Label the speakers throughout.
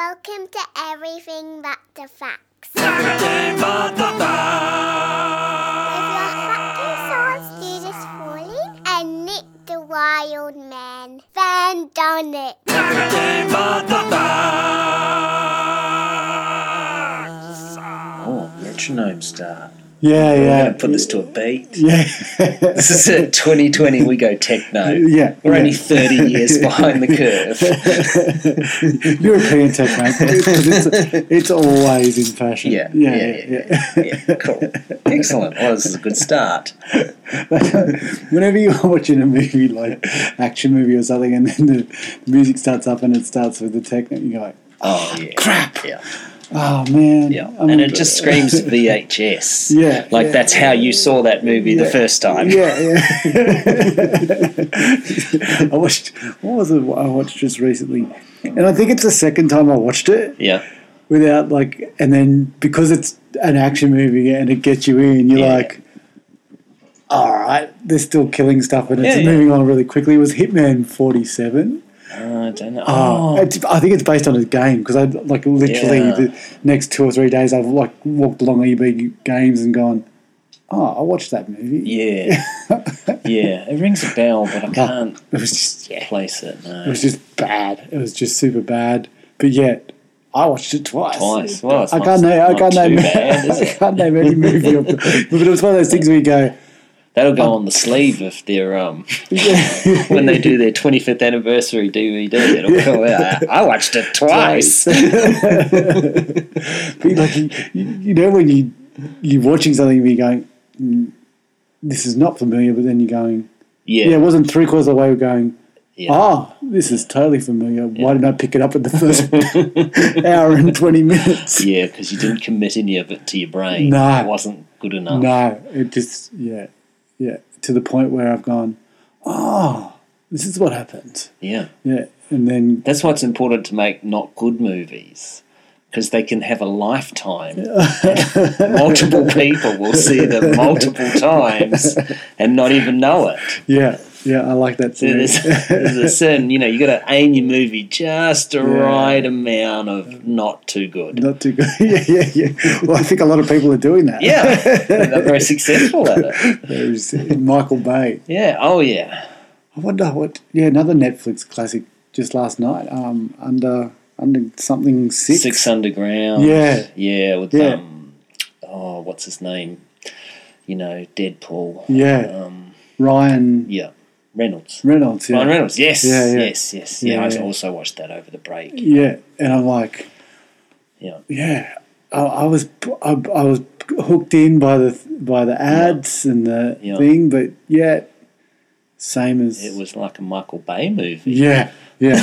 Speaker 1: Welcome to Everything But the Facts.
Speaker 2: Everything but the
Speaker 1: With
Speaker 2: facts.
Speaker 1: your fucking sword, Judas Falling, and Nick the Wild Man. Van done it.
Speaker 2: Everything but the facts.
Speaker 3: Oh, metronome start.
Speaker 4: Yeah,
Speaker 3: We're
Speaker 4: yeah,
Speaker 3: going to put this to a beat.
Speaker 4: yeah,
Speaker 3: This is it. 2020, we go techno.
Speaker 4: yeah.
Speaker 3: We're
Speaker 4: yeah.
Speaker 3: only 30 years behind the curve.
Speaker 4: European techno. It's, it's always in fashion.
Speaker 3: Yeah,
Speaker 4: yeah,
Speaker 3: yeah, yeah, Yeah, cool. Excellent. Well, this is a good start.
Speaker 4: Whenever you're watching a movie, like action movie or something, and then the music starts up and it starts with the techno, you're like,
Speaker 3: Oh, yeah. Crap. Yeah.
Speaker 4: oh man,
Speaker 3: Yeah.
Speaker 4: I'm-
Speaker 3: and it just screams VHS.
Speaker 4: Yeah,
Speaker 3: Like
Speaker 4: yeah.
Speaker 3: that's how you saw that movie the
Speaker 4: Yeah.
Speaker 3: first time.
Speaker 4: Yeah, yeah. I watched. What was it? I watched just recently, and I think it's the second time I watched it.
Speaker 3: Yeah.
Speaker 4: without like and then because it's an action movie and it gets you in you're
Speaker 3: Yeah.
Speaker 4: like all right they're still killing stuff and it's
Speaker 3: Yeah, yeah.
Speaker 4: moving on really quickly it was hitman 47
Speaker 3: Uh, I don't know.
Speaker 4: oh. it's, i think it's based on a game because i like literally
Speaker 3: Yeah.
Speaker 4: the next two or three days i've like walked along eb games and gone oh i watched that movie
Speaker 3: Yeah. yeah. It rings a bell, but I
Speaker 4: Oh,
Speaker 3: can't
Speaker 4: it was just
Speaker 3: place it. No.
Speaker 4: it was just bad it was just super bad but yet I watched it twice.
Speaker 3: Twice. Well, it's
Speaker 4: I
Speaker 3: not-
Speaker 4: can't name. I
Speaker 3: not
Speaker 4: can't
Speaker 3: too
Speaker 4: name.
Speaker 3: bad, is
Speaker 4: I
Speaker 3: it?
Speaker 4: can't name any movie. Of the, but it was one of those things where you go,
Speaker 3: That'll go on the sleeve if they're um
Speaker 4: yeah,
Speaker 3: when they do their 25th anniversary DVD. It'll go out. I watched it twice.
Speaker 4: But like you, you, you know when you you're watching something and you're going, mm, this is not familiar, but then you're going, yeah, it
Speaker 3: Yeah,
Speaker 4: wasn't three quarters of the way. We're going,
Speaker 3: Yeah.
Speaker 4: ah, this is totally familiar. Why didn't I pick it up at the first hour and twenty minutes?
Speaker 3: yeah, because you didn't commit any of it to your brain.
Speaker 4: No.
Speaker 3: it wasn't good enough.
Speaker 4: No, it just yeah, yeah. To the point where I've gone, oh, this is what happened.
Speaker 3: Yeah,
Speaker 4: Yeah, and then
Speaker 3: that's why it's important to make not good movies because they can have a lifetime. multiple people will see them multiple times and not even know it.
Speaker 4: yeah, yeah. I like that.
Speaker 3: So
Speaker 4: theory.
Speaker 3: there's, there's a certain, you know, you got to aim your movie just the right amount of not too good.
Speaker 4: Not too good. yeah, yeah, yeah. Well, I think a lot of people are doing that.
Speaker 3: Yeah, they're very successful at it.
Speaker 4: There's uh, Michael Bay.
Speaker 3: Yeah. Oh, yeah.
Speaker 4: I wonder what. Yeah, another Netflix classic just last night. Um, under under something six.
Speaker 3: Six Underground.
Speaker 4: Yeah.
Speaker 3: Yeah. With
Speaker 4: Yeah.
Speaker 3: um, oh, what's his name? You know, Deadpool.
Speaker 4: Yeah,
Speaker 3: Um,
Speaker 4: Ryan
Speaker 3: yeah. Reynolds.
Speaker 4: Reynolds. Yeah.
Speaker 3: Ryan Reynolds. Yes.
Speaker 4: Yeah, yeah.
Speaker 3: Yes. Yes. Yeah.
Speaker 4: Yeah,
Speaker 3: I
Speaker 4: yeah.
Speaker 3: also watched that over the break.
Speaker 4: Yeah, and I'm like,
Speaker 3: Yeah.
Speaker 4: yeah. I, I was I, I was hooked in by the by the ads and the
Speaker 3: Yeah.
Speaker 4: thing, but yeah, same as
Speaker 3: It was like a Michael Bay movie.
Speaker 4: Yeah, yeah,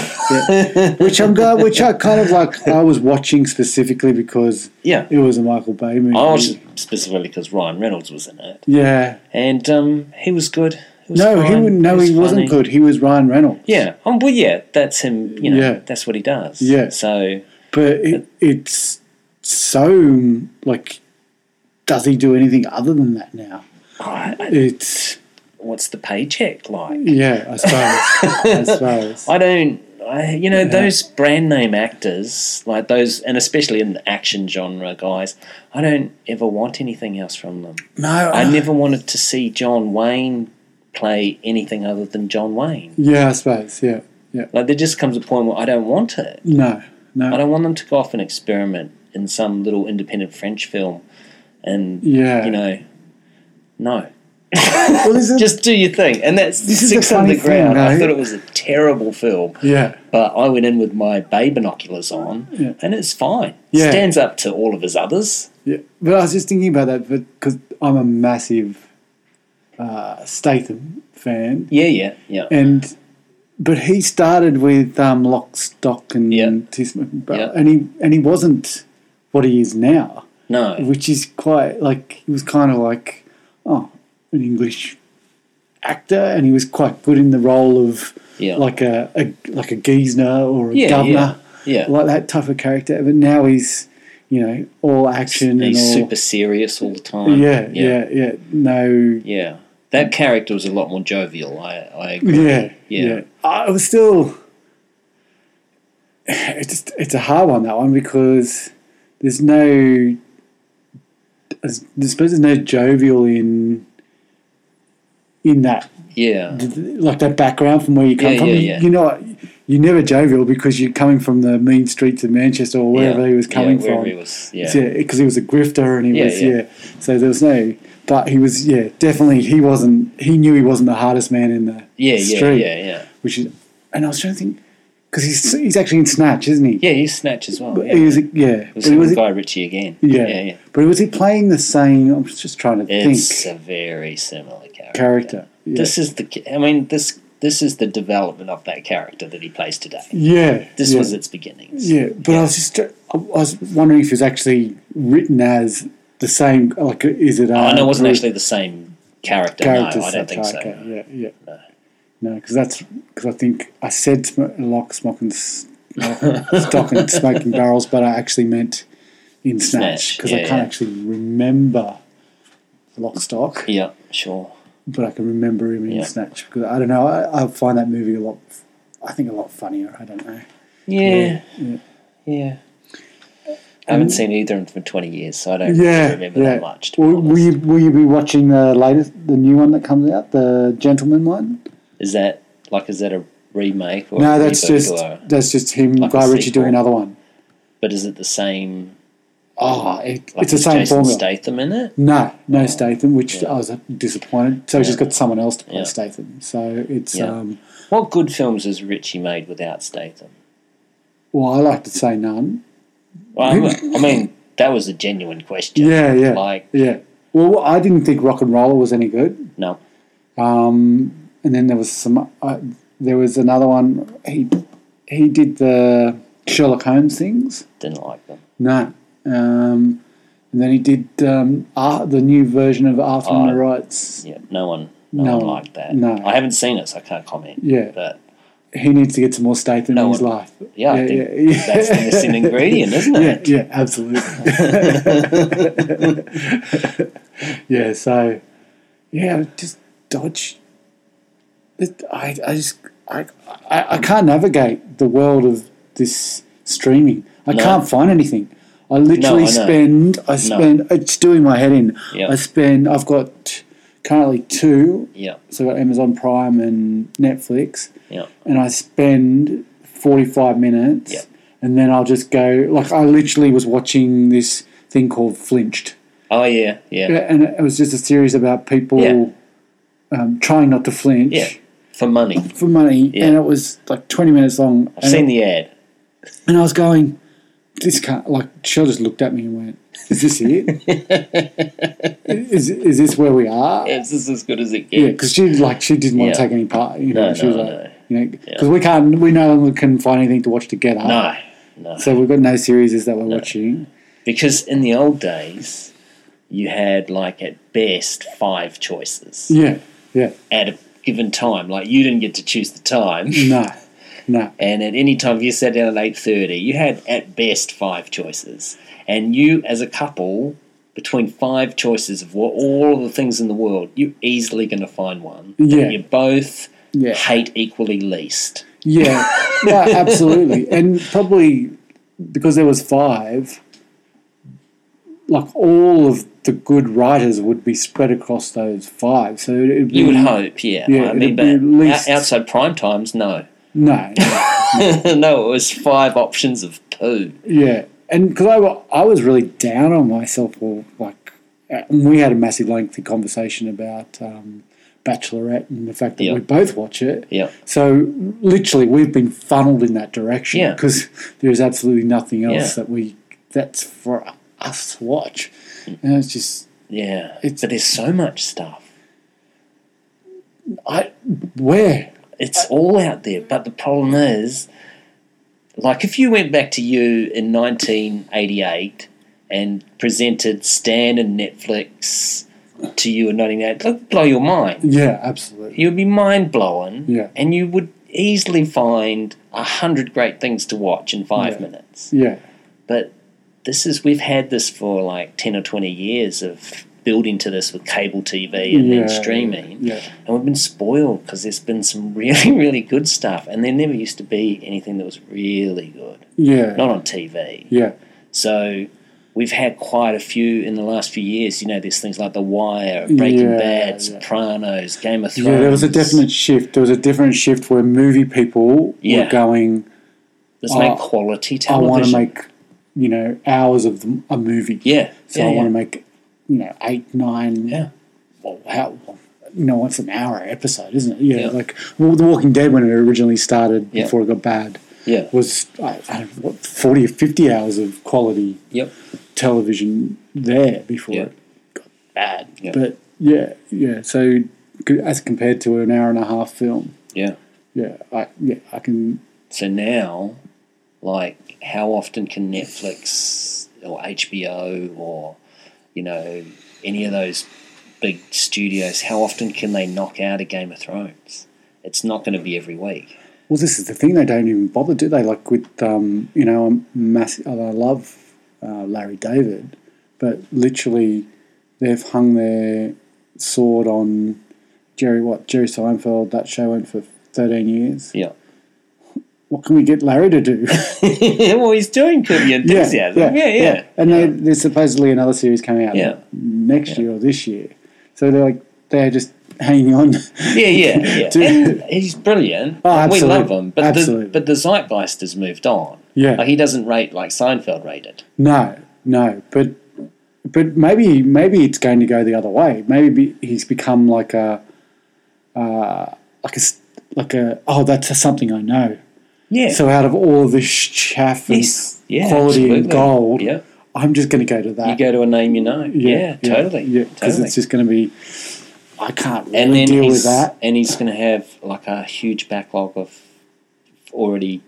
Speaker 4: yeah. which I'm glad, which I kind of like. I was watching specifically because
Speaker 3: Yeah.
Speaker 4: it was a Michael Bay movie.
Speaker 3: I watched it specifically because Ryan Reynolds was in it,
Speaker 4: yeah,
Speaker 3: and um, he was good. He was
Speaker 4: no, he
Speaker 3: fine.
Speaker 4: would no, he
Speaker 3: was funny.
Speaker 4: wasn't good. He was Ryan Reynolds.
Speaker 3: Yeah. Um, well, yeah. That's him. You know.
Speaker 4: Yeah.
Speaker 3: That's what he does.
Speaker 4: Yeah.
Speaker 3: So
Speaker 4: but it, it's so like, does he do anything other than that now? It's
Speaker 3: what's the paycheck like?
Speaker 4: yeah, I suppose, I suppose.
Speaker 3: I don't. I, you know those brand name actors, like those, and especially in the action genre guys. I don't ever want anything else from them.
Speaker 4: No,
Speaker 3: I never wanted to see John Wayne play anything other than John Wayne.
Speaker 4: Yeah, I suppose. Yeah, yeah.
Speaker 3: Like there just comes a point where I don't want it.
Speaker 4: No,
Speaker 3: I
Speaker 4: no.
Speaker 3: don't want them to go off and experiment in some little independent French film, and
Speaker 4: Yeah.
Speaker 3: you know, no.
Speaker 4: Well, this is
Speaker 3: Just do your thing, and that's
Speaker 4: This is
Speaker 3: Six
Speaker 4: the funny
Speaker 3: Underground.
Speaker 4: thing,
Speaker 3: I
Speaker 4: right?
Speaker 3: thought it was a terrible film,
Speaker 4: yeah,
Speaker 3: but I went in with my bay binoculars on,
Speaker 4: Yeah.
Speaker 3: and it's fine.
Speaker 4: Yeah.
Speaker 3: Stands up to all of his others.
Speaker 4: yeah. But I was just thinking about that, but because I'm a massive uh, Statham fan,
Speaker 3: Yeah, yeah, yeah,
Speaker 4: and but he started with um, Lock, Stock, and
Speaker 3: Yeah.
Speaker 4: Two Smoking Barrel,
Speaker 3: Yeah.
Speaker 4: and he and he wasn't what he is now,
Speaker 3: No,
Speaker 4: which is quite like he was kind of like oh an English actor, and he was quite good in the role of
Speaker 3: yeah,
Speaker 4: like a, a like a geezner or a
Speaker 3: yeah,
Speaker 4: governor.
Speaker 3: yeah, yeah.
Speaker 4: like that type of character. But now he's, you know, all action and
Speaker 3: He's
Speaker 4: all.
Speaker 3: super serious all the time.
Speaker 4: yeah, yeah, yeah, No.
Speaker 3: yeah. That character was a lot more jovial. I, I agree.
Speaker 4: Yeah, yeah.
Speaker 3: Yeah.
Speaker 4: I was still. it's just, it's a hard one that one because there's no I suppose there's no jovial in in that
Speaker 3: Yeah.
Speaker 4: like that background from where you come
Speaker 3: Yeah,
Speaker 4: from.
Speaker 3: yeah,
Speaker 4: You-
Speaker 3: yeah.
Speaker 4: You're not you're never jovial because you're coming from the mean streets of Manchester or wherever
Speaker 3: yeah.
Speaker 4: he was
Speaker 3: Yeah,
Speaker 4: coming
Speaker 3: wherever
Speaker 4: from.
Speaker 3: He was, yeah.
Speaker 4: Yeah, because he was a grifter and he
Speaker 3: Yeah,
Speaker 4: was
Speaker 3: yeah.
Speaker 4: yeah. So there was no, but he was yeah definitely he wasn't he knew he wasn't the hardest man in the
Speaker 3: Yeah, yeah,
Speaker 4: street,
Speaker 3: yeah, yeah.
Speaker 4: which is and I was trying to think because he's he's actually in Snatch, isn't he?
Speaker 3: Yeah, he's Snatch as well.
Speaker 4: But
Speaker 3: Yeah.
Speaker 4: He was, yeah.
Speaker 3: It was
Speaker 4: But he
Speaker 3: him
Speaker 4: was,
Speaker 3: and Guy Ritchie again.
Speaker 4: yeah.
Speaker 3: yeah, yeah.
Speaker 4: But was he playing the same? I'm just trying to
Speaker 3: It's
Speaker 4: think.
Speaker 3: a very similar character.
Speaker 4: Character. Yeah.
Speaker 3: This is the. ca- I mean, this this is the development of that character that he plays today.
Speaker 4: yeah.
Speaker 3: This
Speaker 4: yeah.
Speaker 3: was its beginnings.
Speaker 4: Yeah, but I was just I was wondering if it was actually written as the same. Like, is it? Uh,
Speaker 3: Oh, and it wasn't actually the same character.
Speaker 4: character
Speaker 3: no, I don't
Speaker 4: such,
Speaker 3: think so.
Speaker 4: okay, Yeah, yeah. No, because that's because I think I said sm- lock, smock, and s- stock and smoking barrels, but I actually meant in snatch
Speaker 3: Snatch,
Speaker 4: because I
Speaker 3: yeah,
Speaker 4: can't
Speaker 3: yeah.
Speaker 4: actually remember lock stock.
Speaker 3: Yeah, sure.
Speaker 4: but I can remember him in
Speaker 3: Yeah.
Speaker 4: Snatch because I don't know. I, I find that movie a lot. I think a lot funnier. I don't know.
Speaker 3: Yeah, yeah. I haven't seen either of them for twenty years, so I don't really remember that much. To be
Speaker 4: Will, will
Speaker 3: honest.
Speaker 4: you will you be watching the latest, the new one that comes out, the Gentleman one?
Speaker 3: Is that like is that a remake or
Speaker 4: no,
Speaker 3: a
Speaker 4: that's
Speaker 3: reboot
Speaker 4: just
Speaker 3: or-
Speaker 4: that's just him,
Speaker 3: like a
Speaker 4: Guy Ritchie doing
Speaker 3: sequel?
Speaker 4: another one.
Speaker 3: but is it the same?
Speaker 4: Oh, it,
Speaker 3: Like
Speaker 4: it's the
Speaker 3: is
Speaker 4: same
Speaker 3: Jason
Speaker 4: formula.
Speaker 3: Statham in it.
Speaker 4: No, no Statham, which
Speaker 3: Yeah.
Speaker 4: I was disappointed. So he's just got someone else to play
Speaker 3: Yeah.
Speaker 4: Statham. So it's
Speaker 3: Yeah.
Speaker 4: um.
Speaker 3: What good films has Ritchie made without Statham?
Speaker 4: Well, I like to say none.
Speaker 3: Well, I'm- I mean, that was a genuine question.
Speaker 4: Yeah, yeah,
Speaker 3: Like,
Speaker 4: yeah. Well, I didn't think Rock and Roller was any good.
Speaker 3: no.
Speaker 4: Um, and then there was some. Uh, there was another one. He he did the Sherlock Holmes things.
Speaker 3: Didn't like them.
Speaker 4: No. Um, and then he did um, Ar- the new version of Arthur and the
Speaker 3: Oh,
Speaker 4: Rights.
Speaker 3: Yeah, no one, no,
Speaker 4: No
Speaker 3: one
Speaker 4: one-
Speaker 3: liked that.
Speaker 4: no.
Speaker 3: I haven't seen it, so I can't comment.
Speaker 4: Yeah.
Speaker 3: but
Speaker 4: He needs to get some more Statham
Speaker 3: No
Speaker 4: in his
Speaker 3: one-
Speaker 4: life.
Speaker 3: yeah, I think that's the missing ingredient, isn't
Speaker 4: yeah,
Speaker 3: it?
Speaker 4: yeah, absolutely. yeah, so yeah, just dodge. It, I, I just I, I I can't navigate the world of this streaming. I
Speaker 3: No.
Speaker 4: can't find anything. I literally
Speaker 3: I know.
Speaker 4: spend I spend it's doing my head in.
Speaker 3: Yeah.
Speaker 4: I spend I've got currently two.
Speaker 3: Yeah,
Speaker 4: So I've got Amazon Prime and Netflix
Speaker 3: yeah,
Speaker 4: and I spend 45 minutes
Speaker 3: Yeah.
Speaker 4: and then I'll just go like I literally was watching this thing called Flinched
Speaker 3: Oh yeah, yeah, yeah.
Speaker 4: and it was just a series about people
Speaker 3: Yeah.
Speaker 4: um, trying not to flinch
Speaker 3: For money,
Speaker 4: for money
Speaker 3: Yeah.
Speaker 4: and it was like 20 minutes long
Speaker 3: I've
Speaker 4: and,
Speaker 3: seen the ad.
Speaker 4: and I was going this can't like Shell just looked at me and went is this it is, is this where we are
Speaker 3: It's just as good as it
Speaker 4: yeah,
Speaker 3: gets.
Speaker 4: because she like she didn't want
Speaker 3: Yeah.
Speaker 4: to take any part. You know,
Speaker 3: No,
Speaker 4: she was
Speaker 3: no,
Speaker 4: like,
Speaker 3: no.
Speaker 4: you know, because we can't, we no longer can find anything to watch together.
Speaker 3: no, no.
Speaker 4: So we've got no series that we're watching.
Speaker 3: Because in the old days, you had like at best five choices
Speaker 4: Yeah, yeah,
Speaker 3: at a given time. Like you didn't get to choose the time.
Speaker 4: no, no,
Speaker 3: And at any time, if you sat down at eight thirty, you had at best five choices, and you, as a couple, between five choices of what, all the things in the world, you're easily going to find one that
Speaker 4: Yeah.
Speaker 3: you both
Speaker 4: Yeah.
Speaker 3: hate equally least.
Speaker 4: yeah, no, absolutely, and probably because there was five, like all of the good writers would be spread across those five. So it'd be,
Speaker 3: You would hope, yeah.
Speaker 4: Mm. Yeah,
Speaker 3: I mean,
Speaker 4: it'd be
Speaker 3: but
Speaker 4: at least-
Speaker 3: o- outside prime times, no,
Speaker 4: no,
Speaker 3: no. It was five options of poo.
Speaker 4: Yeah, and because I, wa- I was really down on myself, or like, and we had a massive lengthy conversation about um, Bachelorette and the fact that
Speaker 3: Yeah.
Speaker 4: we both watch it.
Speaker 3: Yeah.
Speaker 4: So literally, we've been funneled in that direction.
Speaker 3: Yeah.
Speaker 4: Because there's absolutely nothing else
Speaker 3: Yeah.
Speaker 4: that we that's for us to watch, and it's just
Speaker 3: Yeah,
Speaker 4: It's-
Speaker 3: but there's so much stuff.
Speaker 4: I where
Speaker 3: It's all out there. But the problem is, like, if you went back to you in 1988 and presented Stan and Netflix to you in 1988, that would blow your mind.
Speaker 4: yeah, absolutely.
Speaker 3: You'd be mind blown.
Speaker 4: Yeah.
Speaker 3: And you would easily find a hundred great things to watch in five
Speaker 4: Yeah.
Speaker 3: minutes.
Speaker 4: Yeah,
Speaker 3: But this is, we've had this for like 10 or 20 years of built into this with cable TV and
Speaker 4: Yeah,
Speaker 3: then streaming.
Speaker 4: yeah.
Speaker 3: And we've been spoiled because there's been some really, really good stuff. And there never used to be anything that was really good,
Speaker 4: Yeah.
Speaker 3: not on TV.
Speaker 4: Yeah.
Speaker 3: So we've had quite a few in the last few years. You know, there's things like The Wire, Breaking
Speaker 4: Yeah, yeah.
Speaker 3: Bad, Sopranos, Game of Thrones.
Speaker 4: Yeah, there was a definite shift. There was a different shift where movie people were
Speaker 3: Yeah.
Speaker 4: going,
Speaker 3: Let's
Speaker 4: Oh,
Speaker 3: make quality
Speaker 4: I
Speaker 3: television.
Speaker 4: want to make, you know, hours of the- a movie.
Speaker 3: Yeah.
Speaker 4: So
Speaker 3: yeah,
Speaker 4: I
Speaker 3: yeah.
Speaker 4: want to make, you know, eight, nine.
Speaker 3: Yeah.
Speaker 4: Well, how? You know, it's an hour episode, isn't it? Yeah.
Speaker 3: Yeah.
Speaker 4: Like well, The Walking Dead, when it originally started,
Speaker 3: Yeah.
Speaker 4: before it got bad,
Speaker 3: Yeah.
Speaker 4: was I, I don't know, what, 40 or 50 hours of quality
Speaker 3: Yep.
Speaker 4: television there before
Speaker 3: Yeah.
Speaker 4: it got bad.
Speaker 3: Yeah.
Speaker 4: But yeah, yeah. So c- as compared to an hour and a half film,
Speaker 3: Yeah.
Speaker 4: yeah, I, yeah, I can.
Speaker 3: So now, like, how often can Netflix or HBO or, you know, any of those big studios, how often can they knock out a Game of Thrones? It's not going to be every week.
Speaker 4: Well, this is the thing. They don't even bother, do they? Like with, um, you know, I'm massive. I love uh, Larry David, but literally, they've hung their sword on Jerry. What Jerry Seinfeld? That show went for thirteen years.
Speaker 3: Yeah.
Speaker 4: What can we get Larry to do?
Speaker 3: well, he's doing good the enthusiasm. Yeah, yeah.
Speaker 4: And they, there's supposedly another series coming out
Speaker 3: Yeah.
Speaker 4: next year or this year. So they're like they're just hanging on.
Speaker 3: Yeah, yeah,
Speaker 4: Do-
Speaker 3: yeah. and he's brilliant.
Speaker 4: Oh,
Speaker 3: and we
Speaker 4: absolutely.
Speaker 3: love him. But
Speaker 4: Absolutely.
Speaker 3: the, but the zeitgeist has moved on.
Speaker 4: Yeah.
Speaker 3: Like, he doesn't rate like Seinfeld rated.
Speaker 4: no, no, but but maybe maybe it's going to go the other way. Maybe be, he's become like a uh, like a s- like a oh that's something I know.
Speaker 3: Yeah.
Speaker 4: So out of all of this chaff and
Speaker 3: Yes. Yeah,
Speaker 4: quality and
Speaker 3: absolutely.
Speaker 4: gold,
Speaker 3: Yeah.
Speaker 4: I'm just going to go to that.
Speaker 3: you go to a name you know. Yeah, totally.
Speaker 4: Yeah, because
Speaker 3: totally.
Speaker 4: it's just going to be. I can't really
Speaker 3: and then
Speaker 4: deal
Speaker 3: he's,
Speaker 4: with that.
Speaker 3: and he's going to have like a huge backlog of already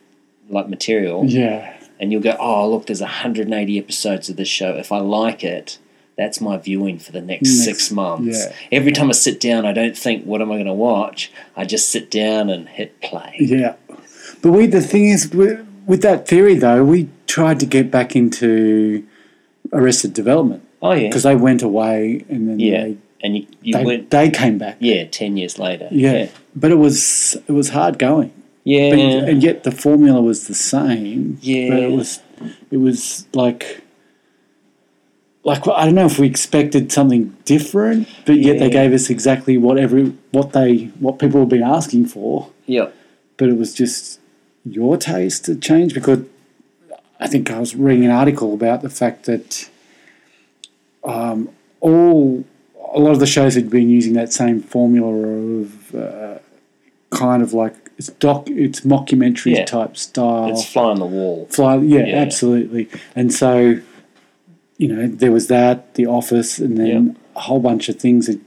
Speaker 3: like material,
Speaker 4: Yeah.
Speaker 3: and you'll go, oh look, there's 180 episodes of this show. If I like it, that's my viewing for the next
Speaker 4: Next-
Speaker 3: six months.
Speaker 4: yeah.
Speaker 3: Every time I sit down, I don't think, what am I going to watch? I just sit down and hit play.
Speaker 4: Yeah, but we the thing is we, with that theory though, we tried to get back into Arrested Development
Speaker 3: Oh yeah,
Speaker 4: because they went away and then
Speaker 3: yeah,
Speaker 4: they
Speaker 3: and you, you
Speaker 4: they,
Speaker 3: went
Speaker 4: they came back.
Speaker 3: yeah ten years later.
Speaker 4: Yeah. but it was it was hard going,
Speaker 3: yeah,
Speaker 4: but, and yet the formula was the same. but
Speaker 3: Yeah.
Speaker 4: it was it was like. Like I don't know if we expected something different, but yet they
Speaker 3: Yeah.
Speaker 4: gave us exactly what every what they what people have been asking for.
Speaker 3: yeah.
Speaker 4: but it was just your taste that changed because I think I was reading an article about the fact that um, all a lot of the shows had been using that same formula of uh, kind of like it's doc it's mockumentary
Speaker 3: Yeah.
Speaker 4: type style
Speaker 3: It's fly on the wall.
Speaker 4: fly yeah,
Speaker 3: Yeah.
Speaker 4: absolutely and so you know there was that the office and then a whole bunch of things that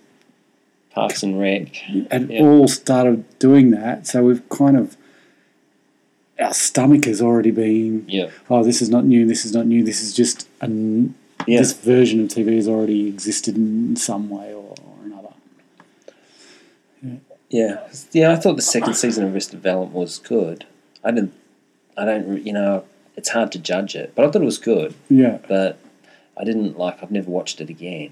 Speaker 3: Parks and Rec.
Speaker 4: and
Speaker 3: Yeah.
Speaker 4: all started doing that. So we've kind of our stomach has already been
Speaker 3: Yeah.
Speaker 4: oh this is not new, this is not new, this is just an
Speaker 3: Yeah.
Speaker 4: this version of TV has already existed in some way or, or another.
Speaker 3: Yeah, yeah. I thought the second season of Arrested Development was good. I didn't. I don't. re- You know, it's hard to judge it, but I thought it was good.
Speaker 4: Yeah,
Speaker 3: But I didn't like. I've never watched it again.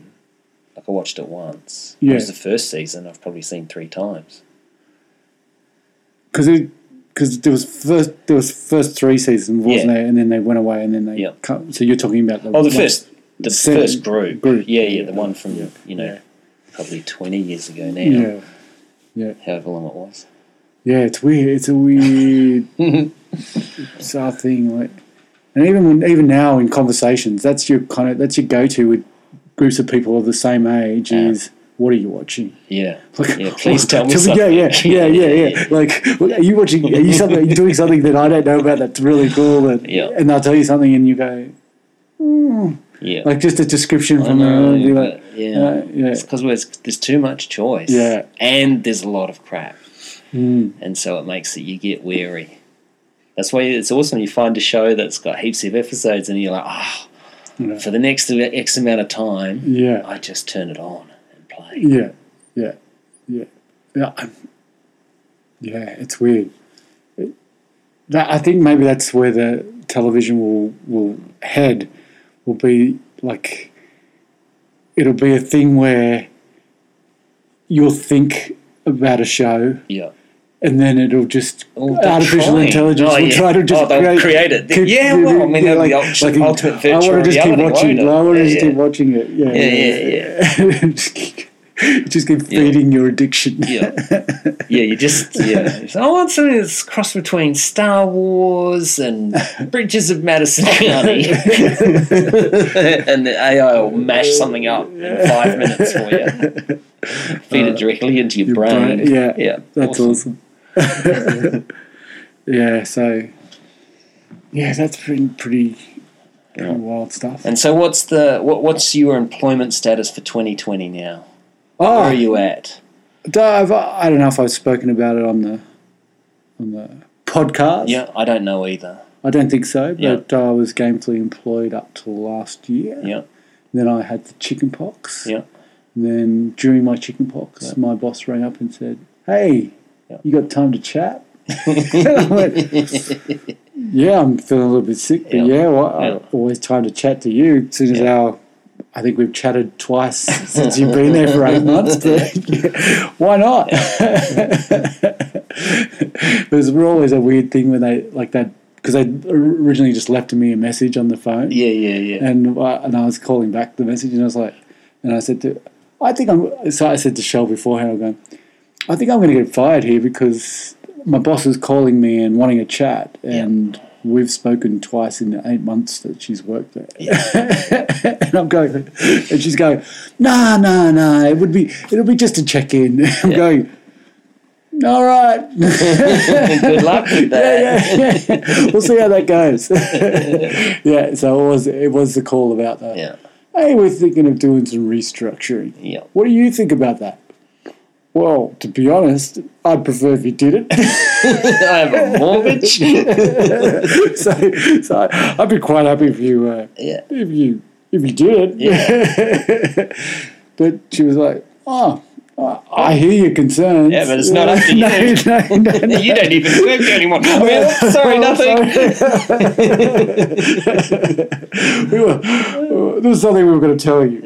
Speaker 3: Like I watched it once. It
Speaker 4: Yeah.
Speaker 3: was the first season. I've probably seen three times.
Speaker 4: because because there was first there was first three seasons wasn't
Speaker 3: Yeah.
Speaker 4: there, and then they went away, and then they
Speaker 3: Yeah.
Speaker 4: cut. So you're talking about the
Speaker 3: Oh, the
Speaker 4: like-
Speaker 3: first. The
Speaker 4: seven-
Speaker 3: first group.
Speaker 4: group.
Speaker 3: Yeah, yeah. The one from
Speaker 4: Yeah.
Speaker 3: you know,
Speaker 4: Yeah.
Speaker 3: probably twenty years ago now.
Speaker 4: yeah.
Speaker 3: However long it was.
Speaker 4: Yeah, it's weird. It's a weird bizarre thing. Like, and even when, even now in conversations, that's your kind of that's your go to with groups of people of the same age.
Speaker 3: Yeah.
Speaker 4: Is what are you watching?
Speaker 3: Yeah.
Speaker 4: Like,
Speaker 3: yeah. Please tell me
Speaker 4: Yeah,
Speaker 3: something.
Speaker 4: yeah, yeah, yeah, yeah. Like, what- are you watching? Are you something? Are you doing something that I don't know about? That's really cool. That,
Speaker 3: Yeah.
Speaker 4: And I'll tell you something, and you go
Speaker 3: Yeah.
Speaker 4: like just a description
Speaker 3: I
Speaker 4: from
Speaker 3: know,
Speaker 4: another.
Speaker 3: but
Speaker 4: Like,
Speaker 3: yeah,
Speaker 4: uh, yeah.
Speaker 3: it's because there's too much choice,
Speaker 4: Yeah. Mm.
Speaker 3: and there's a lot of crap, and so it makes it you get weary. That's why it's awesome you find a show that's got heaps of episodes, and you're like, oh,
Speaker 4: Yeah.
Speaker 3: for the next X amount of time,
Speaker 4: yeah.
Speaker 3: I just turn it on and play.
Speaker 4: Yeah, yeah, yeah, yeah. I'm, yeah, it's weird. It- that I think maybe that's where the television will will head will be like it'll be a thing where you'll think about a show
Speaker 3: Yeah.
Speaker 4: and then it'll just
Speaker 3: Oh, they're
Speaker 4: artificial
Speaker 3: trying.
Speaker 4: intelligence
Speaker 3: Oh,
Speaker 4: will
Speaker 3: yeah.
Speaker 4: try to just
Speaker 3: Oh, they'll create it. Yeah, well, I mean, that'll be ultimate- ultimate
Speaker 4: I
Speaker 3: virtual
Speaker 4: want to just keep
Speaker 3: reality,
Speaker 4: watching.
Speaker 3: won't it?
Speaker 4: I want to
Speaker 3: Yeah,
Speaker 4: just
Speaker 3: yeah.
Speaker 4: keep watching it. Yeah,
Speaker 3: Yeah,
Speaker 4: yeah, yeah. just, keep, just keep feeding your addiction.
Speaker 3: Yeah. Yeah, you just, yeah. You say, I want something that's crossed between Star Wars and Bridges of Madison County. and the AI will mash something up in five minutes for you. Feed it directly into your,
Speaker 4: Uh, your
Speaker 3: brain.
Speaker 4: brain, yeah.
Speaker 3: Yeah.
Speaker 4: That's awesome. yeah, so yeah, that's pretty pretty, pretty
Speaker 3: Yeah.
Speaker 4: wild stuff.
Speaker 3: And so, what's the what, what's your employment status for 2020 now?
Speaker 4: oh,
Speaker 3: Where are you at?
Speaker 4: d- I've, I don't know if I've spoken about it on the on the podcast.
Speaker 3: Yeah, I don't know either.
Speaker 4: I don't think so,
Speaker 3: Yeah.
Speaker 4: but I was gainfully employed up till last year.
Speaker 3: Yeah,
Speaker 4: Then I had the chicken pox.
Speaker 3: yeah,
Speaker 4: And then during my chicken pox, my boss rang up and said, Hey,
Speaker 3: Yeah.
Speaker 4: you got time to chat? And I went, yeah, I'm feeling a little bit sick, but
Speaker 3: Yeah.
Speaker 4: yeah, well, I-
Speaker 3: Yeah.
Speaker 4: always time to chat to you. As soon as
Speaker 3: Yeah.
Speaker 4: our, I think we've chatted twice since you've been there for eight months, but why not? it was always a weird thing when they, like that, because they originally just left me a message on the phone
Speaker 3: yeah, yeah, yeah.
Speaker 4: and I, and I was calling back the message, and I was like, and I said to, I think I'm. So I said to Shell beforehand, I'm going, I think I'm going to get fired here because my boss is calling me and wanting a chat, and we've spoken twice in the eight months that she's worked there, and I'm going, and she's going, nah, nah, nah, it would be, it'll be just a check in. I'm going. All right.
Speaker 3: Good luck with that.
Speaker 4: yeah, yeah. we'll see how that goes. yeah, so it was it was the call about that.
Speaker 3: Yeah,
Speaker 4: Hey, we're thinking of doing some restructuring.
Speaker 3: yeah.
Speaker 4: What do you think about that? Well, to be honest, I'd prefer if you did it.
Speaker 3: I have a mortgage.
Speaker 4: so, so I'd be quite happy if you uh,
Speaker 3: yeah,
Speaker 4: if you if you did it. but she was like, oh. I- I hear your concerns.
Speaker 3: Yeah, but it's not up to
Speaker 4: No,
Speaker 3: you.
Speaker 4: no, no, no.
Speaker 3: you don't even work there anymore. Well, sorry, nothing.
Speaker 4: we were, there was something we were going to tell you.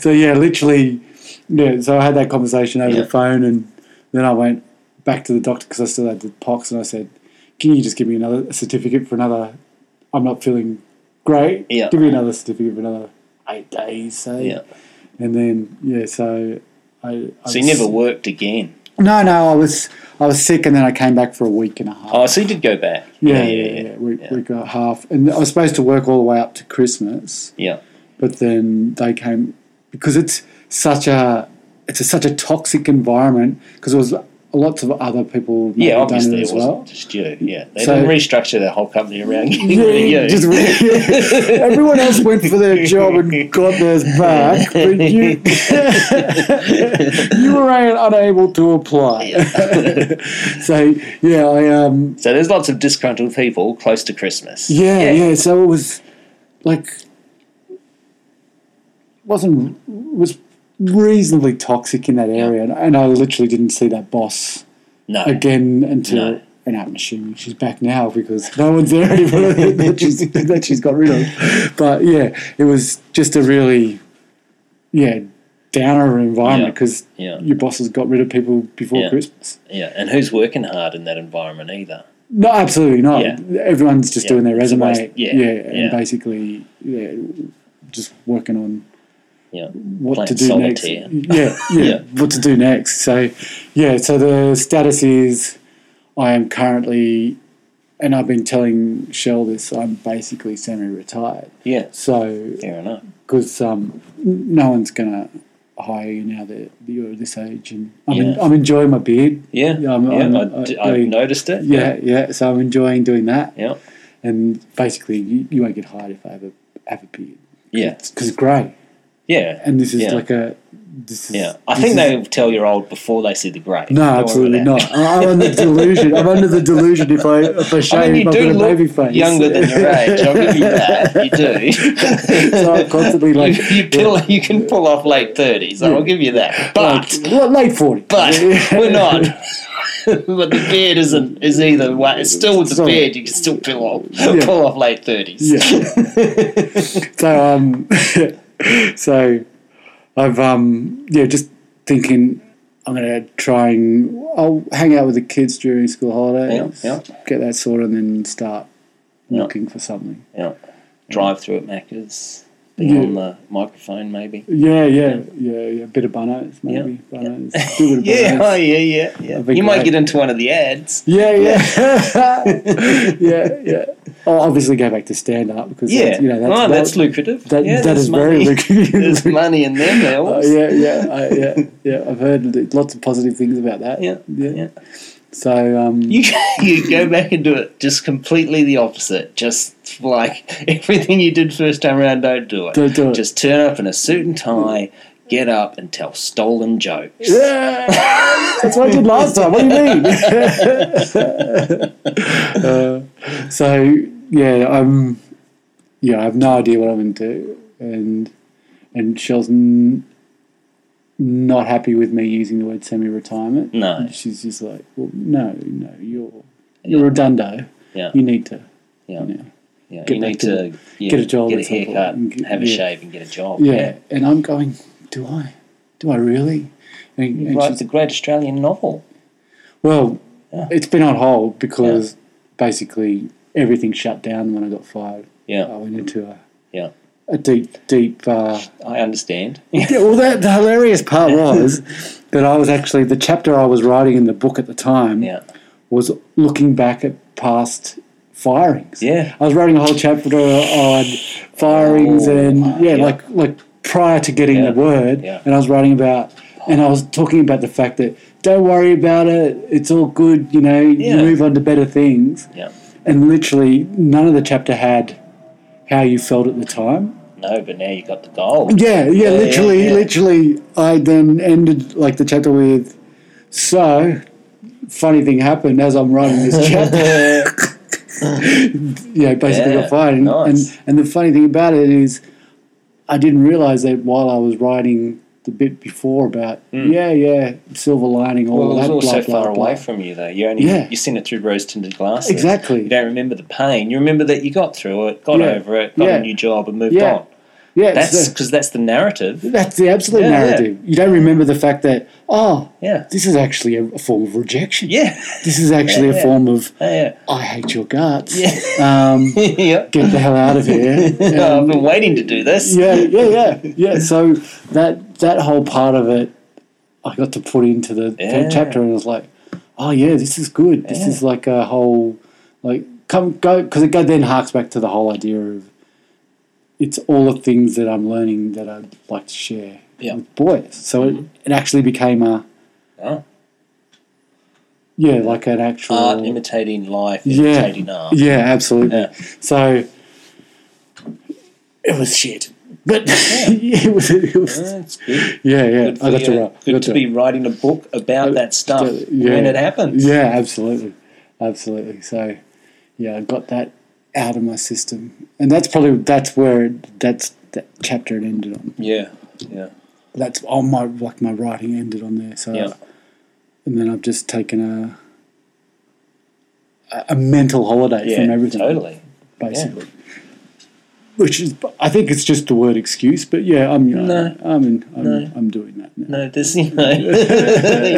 Speaker 4: so yeah, literally, yeah. So I had that conversation over
Speaker 3: Yeah.
Speaker 4: the phone, and then I went back to the doctor because I still had the pox, and I said, "Can you just give me another a certificate for another? I'm not feeling great.
Speaker 3: Yeah.
Speaker 4: Give me another certificate for another eight days, say.
Speaker 3: Yeah.
Speaker 4: And then yeah, so I. I
Speaker 3: So you
Speaker 4: was-
Speaker 3: never worked again.
Speaker 4: No, no, I was I was sick, and then I came back for a week and a half.
Speaker 3: Oh, so you did go back.
Speaker 4: Yeah, yeah, yeah. We, we got half, and I was supposed to work all the way up to Christmas,
Speaker 3: yeah.
Speaker 4: but then they came because it's such a it's a, such a toxic environment because there was lots of other people maybe
Speaker 3: Yeah,
Speaker 4: done
Speaker 3: obviously
Speaker 4: it
Speaker 3: it
Speaker 4: as
Speaker 3: wasn't
Speaker 4: well.
Speaker 3: just you. Yeah, they
Speaker 4: So-
Speaker 3: didn't restructure their whole company around getting
Speaker 4: Yeah,
Speaker 3: rid of you.
Speaker 4: just- everyone else went for their job and got theirs back, but you you were unable to apply. so yeah, I um
Speaker 3: so there's lots of disgruntled people close to Christmas.
Speaker 4: Yeah, yeah. So it was like wasn't was reasonably toxic in that area, and, and I literally didn't see that boss
Speaker 3: No.
Speaker 4: again until.
Speaker 3: No.
Speaker 4: And I'm assuming she's back now because no one's there anymore that, she's, that she's got rid of. But yeah, it was just a really, yeah, downer environment
Speaker 3: Yeah.
Speaker 4: because
Speaker 3: Yeah.
Speaker 4: your boss has got rid of people before
Speaker 3: Yeah.
Speaker 4: Christmas.
Speaker 3: Yeah, and who's working hard in that environment either?
Speaker 4: No, absolutely not.
Speaker 3: Yeah.
Speaker 4: Everyone's just
Speaker 3: Yeah,
Speaker 4: doing their
Speaker 3: it's a
Speaker 4: resume.
Speaker 3: waste- yeah,
Speaker 4: yeah,
Speaker 3: yeah.
Speaker 4: and basically yeah, just working on
Speaker 3: Yeah.
Speaker 4: what
Speaker 3: Playing
Speaker 4: to do
Speaker 3: solitaire.
Speaker 4: next. Yeah, yeah,
Speaker 3: Yeah.
Speaker 4: what to do next. So, yeah, so the status is I am currently, and I've been telling Shell this, I'm basically semi retired.
Speaker 3: Yeah.
Speaker 4: So,
Speaker 3: Fair enough.
Speaker 4: because um, n- no one's going to hire you now that you're this age. And I'm, en-
Speaker 3: Yeah.
Speaker 4: I'm enjoying my beard.
Speaker 3: Yeah. Yeah.
Speaker 4: Yeah, I'm- I'm-
Speaker 3: I d-
Speaker 4: I-
Speaker 3: I
Speaker 4: I-
Speaker 3: noticed it.
Speaker 4: Yeah, yeah. So I'm enjoying doing that.
Speaker 3: Yeah.
Speaker 4: and basically you, you won't get hired if I have a have a beard
Speaker 3: Yeah.
Speaker 4: because it's grey,
Speaker 3: Yeah.
Speaker 4: and this is
Speaker 3: Yeah.
Speaker 4: like a this is
Speaker 3: Yeah. I
Speaker 4: this
Speaker 3: think
Speaker 4: is-
Speaker 3: they tell you're old before they see the grey. Don't
Speaker 4: no
Speaker 3: worry
Speaker 4: absolutely
Speaker 3: about
Speaker 4: not. I- I'm under delusion. I'm under the delusion if I if I
Speaker 3: that.
Speaker 4: shave,
Speaker 3: I
Speaker 4: I
Speaker 3: mean, you
Speaker 4: have
Speaker 3: do
Speaker 4: got a baby
Speaker 3: look
Speaker 4: face.
Speaker 3: younger than your age. I'll give you that. You do.
Speaker 4: so I'm constantly like
Speaker 3: you, you, pill, you can pull off late 30s. I'll give you that. But
Speaker 4: like, l- late forty.
Speaker 3: but we're not. but the beard isn't is either way. It's still with the
Speaker 4: Sorry.
Speaker 3: beard. You can still pull off
Speaker 4: Yeah.
Speaker 3: pull off late thirties.
Speaker 4: Yeah. so um, so I've um yeah just thinking I'm gonna try and I'll hang out with the kids during school holidays,
Speaker 3: Yeah,
Speaker 4: get that sorted, and then start
Speaker 3: Yeah.
Speaker 4: looking for something.
Speaker 3: Yeah. Drive through at Macca's. Be
Speaker 4: Yeah.
Speaker 3: on the microphone, maybe.
Speaker 4: Yeah, yeah, yeah, yeah. A bit of Bonos, maybe Bonos. Do a bit of
Speaker 3: Yeah, oh,
Speaker 4: Bonos.
Speaker 3: yeah, yeah, yeah.
Speaker 4: be
Speaker 3: You might
Speaker 4: great.
Speaker 3: get into one of the ads.
Speaker 4: Yeah, yeah, yeah, yeah. I'll obviously go back to stand up because
Speaker 3: Yeah,
Speaker 4: that's, you know that's,
Speaker 3: oh,
Speaker 4: that-
Speaker 3: that's lucrative.
Speaker 4: that-
Speaker 3: yeah,
Speaker 4: that
Speaker 3: there's
Speaker 4: is
Speaker 3: money.
Speaker 4: very lucrative.
Speaker 3: there's money in them now.
Speaker 4: Uh, yeah, yeah, I, yeah, yeah. I've heard li- lots of positive things about that.
Speaker 3: yeah,
Speaker 4: yeah.
Speaker 3: yeah.
Speaker 4: So, um,
Speaker 3: You you go back and do it just completely the opposite. Just like everything you did first time around, don't do it.
Speaker 4: Don't do it.
Speaker 3: Just turn up in a suit and tie, get up and tell stolen jokes.
Speaker 4: yeah, that's what I did last time. What do you mean? uh, so, yeah, I'm. Yeah, I have no idea what I'm going to do, and and Shell's n- not happy with me using the word semi-retirement.
Speaker 3: No.
Speaker 4: she's just like, well, no, no, you're you're redundo.
Speaker 3: Yeah,
Speaker 4: You need to.
Speaker 3: yeah,
Speaker 4: You know.
Speaker 3: yeah.
Speaker 4: Get
Speaker 3: you
Speaker 4: back
Speaker 3: need
Speaker 4: to-
Speaker 3: to, yeah,
Speaker 4: get a job
Speaker 3: get a
Speaker 4: at some point
Speaker 3: haircut,
Speaker 4: and get-
Speaker 3: have a
Speaker 4: yeah.
Speaker 3: shave, and get a job.
Speaker 4: Yeah. And I'm going, do I? Do I really? And,
Speaker 3: You
Speaker 4: and
Speaker 3: write
Speaker 4: she's-
Speaker 3: the great Australian novel.
Speaker 4: well,
Speaker 3: Yeah.
Speaker 4: it's been on hold because basically everything shut down when I got fired. I
Speaker 3: Yeah,
Speaker 4: went into a,
Speaker 3: yeah.
Speaker 4: a deep, deep. Uh,
Speaker 3: I understand.
Speaker 4: yeah, well, that, the hilarious part was that I was actually, the chapter I was writing in the book at the time
Speaker 3: Yeah,
Speaker 4: was looking back at past firings.
Speaker 3: yeah.
Speaker 4: I was writing a whole chapter on firings
Speaker 3: Oh,
Speaker 4: and yeah,
Speaker 3: yeah.
Speaker 4: like like prior to getting
Speaker 3: Yeah,
Speaker 4: the word,
Speaker 3: yeah.
Speaker 4: and I was writing about, and I was talking about the fact that don't worry about it, it's all good, you know,
Speaker 3: Yeah.
Speaker 4: you move on to better things.
Speaker 3: Yeah.
Speaker 4: And literally, none of the chapter had how you felt at the time.
Speaker 3: No, but now you got the goal.
Speaker 4: Yeah, yeah, literally,
Speaker 3: yeah.
Speaker 4: literally, I then ended like the chapter with, so. Funny thing happened as I'm writing this chapter. yeah, basically
Speaker 3: Yeah,
Speaker 4: got fired. And,
Speaker 3: nice.
Speaker 4: and and the funny thing about it is, I didn't realize that while I was writing the bit before about yeah, yeah, silver lining, all
Speaker 3: Hmm. Well, it was
Speaker 4: that.
Speaker 3: also
Speaker 4: blah, blah,
Speaker 3: far
Speaker 4: blah.
Speaker 3: away from you, though. You only
Speaker 4: Yeah.
Speaker 3: you seen it through rose tinted glasses.
Speaker 4: Exactly.
Speaker 3: You don't remember the pain. You remember that you got through it, got
Speaker 4: Yeah.
Speaker 3: over it, got
Speaker 4: Yeah.
Speaker 3: a new job, and moved
Speaker 4: Yeah.
Speaker 3: on.
Speaker 4: Yeah,
Speaker 3: That's
Speaker 4: that's
Speaker 3: because that's the narrative.
Speaker 4: that's the absolute
Speaker 3: Yeah, yeah.
Speaker 4: narrative. You don't remember the fact that oh,
Speaker 3: Yeah.
Speaker 4: this is actually a, a form of rejection.
Speaker 3: Yeah.
Speaker 4: this is actually
Speaker 3: Yeah, yeah.
Speaker 4: a form of
Speaker 3: Yeah.
Speaker 4: I hate your guts.
Speaker 3: Yeah.
Speaker 4: Um,
Speaker 3: yeah.
Speaker 4: get the hell out of here.
Speaker 3: Oh, I've been waiting to do this.
Speaker 4: yeah, yeah, yeah, yeah. So that that whole part of it, I got to put into the
Speaker 3: Yeah.
Speaker 4: third chapter, and I was like, oh yeah, this is good. This
Speaker 3: Yeah.
Speaker 4: is like a whole like come go because it go, then harks back to the whole idea of it's all the things that I'm learning that I'd like to share
Speaker 3: Yeah. Mm-hmm.
Speaker 4: with boys. So it, it actually became a
Speaker 3: Huh?
Speaker 4: yeah, like an actual
Speaker 3: Oh, Art imitating life,
Speaker 4: Oh. Yeah.
Speaker 3: imitating art.
Speaker 4: Yeah, absolutely.
Speaker 3: Yeah.
Speaker 4: So it was shit. But it was, it was
Speaker 3: Oh, That's good.
Speaker 4: Yeah, yeah.
Speaker 3: Good, for
Speaker 4: I got
Speaker 3: you.
Speaker 4: to write. I
Speaker 3: good
Speaker 4: got Uh,
Speaker 3: to be writing a book about that stuff
Speaker 4: yeah.
Speaker 3: when it happens.
Speaker 4: Yeah, absolutely, absolutely. So, yeah, I got that out of my system, and that's probably that's where it- that's that chapter it ended on.
Speaker 3: Yeah.
Speaker 4: Uh,
Speaker 3: Yeah.
Speaker 4: That's all my like my writing ended on there. So,
Speaker 3: Yeah.
Speaker 4: and then I've just taken a a- a mental holiday
Speaker 3: Yeah.
Speaker 4: from everything,
Speaker 3: totally.
Speaker 4: basically. Which is, I think it's just the word excuse, but yeah, I'm,
Speaker 3: No.
Speaker 4: I'm, in, I'm,
Speaker 3: No.
Speaker 4: I'm doing that now.
Speaker 3: No, there's you know you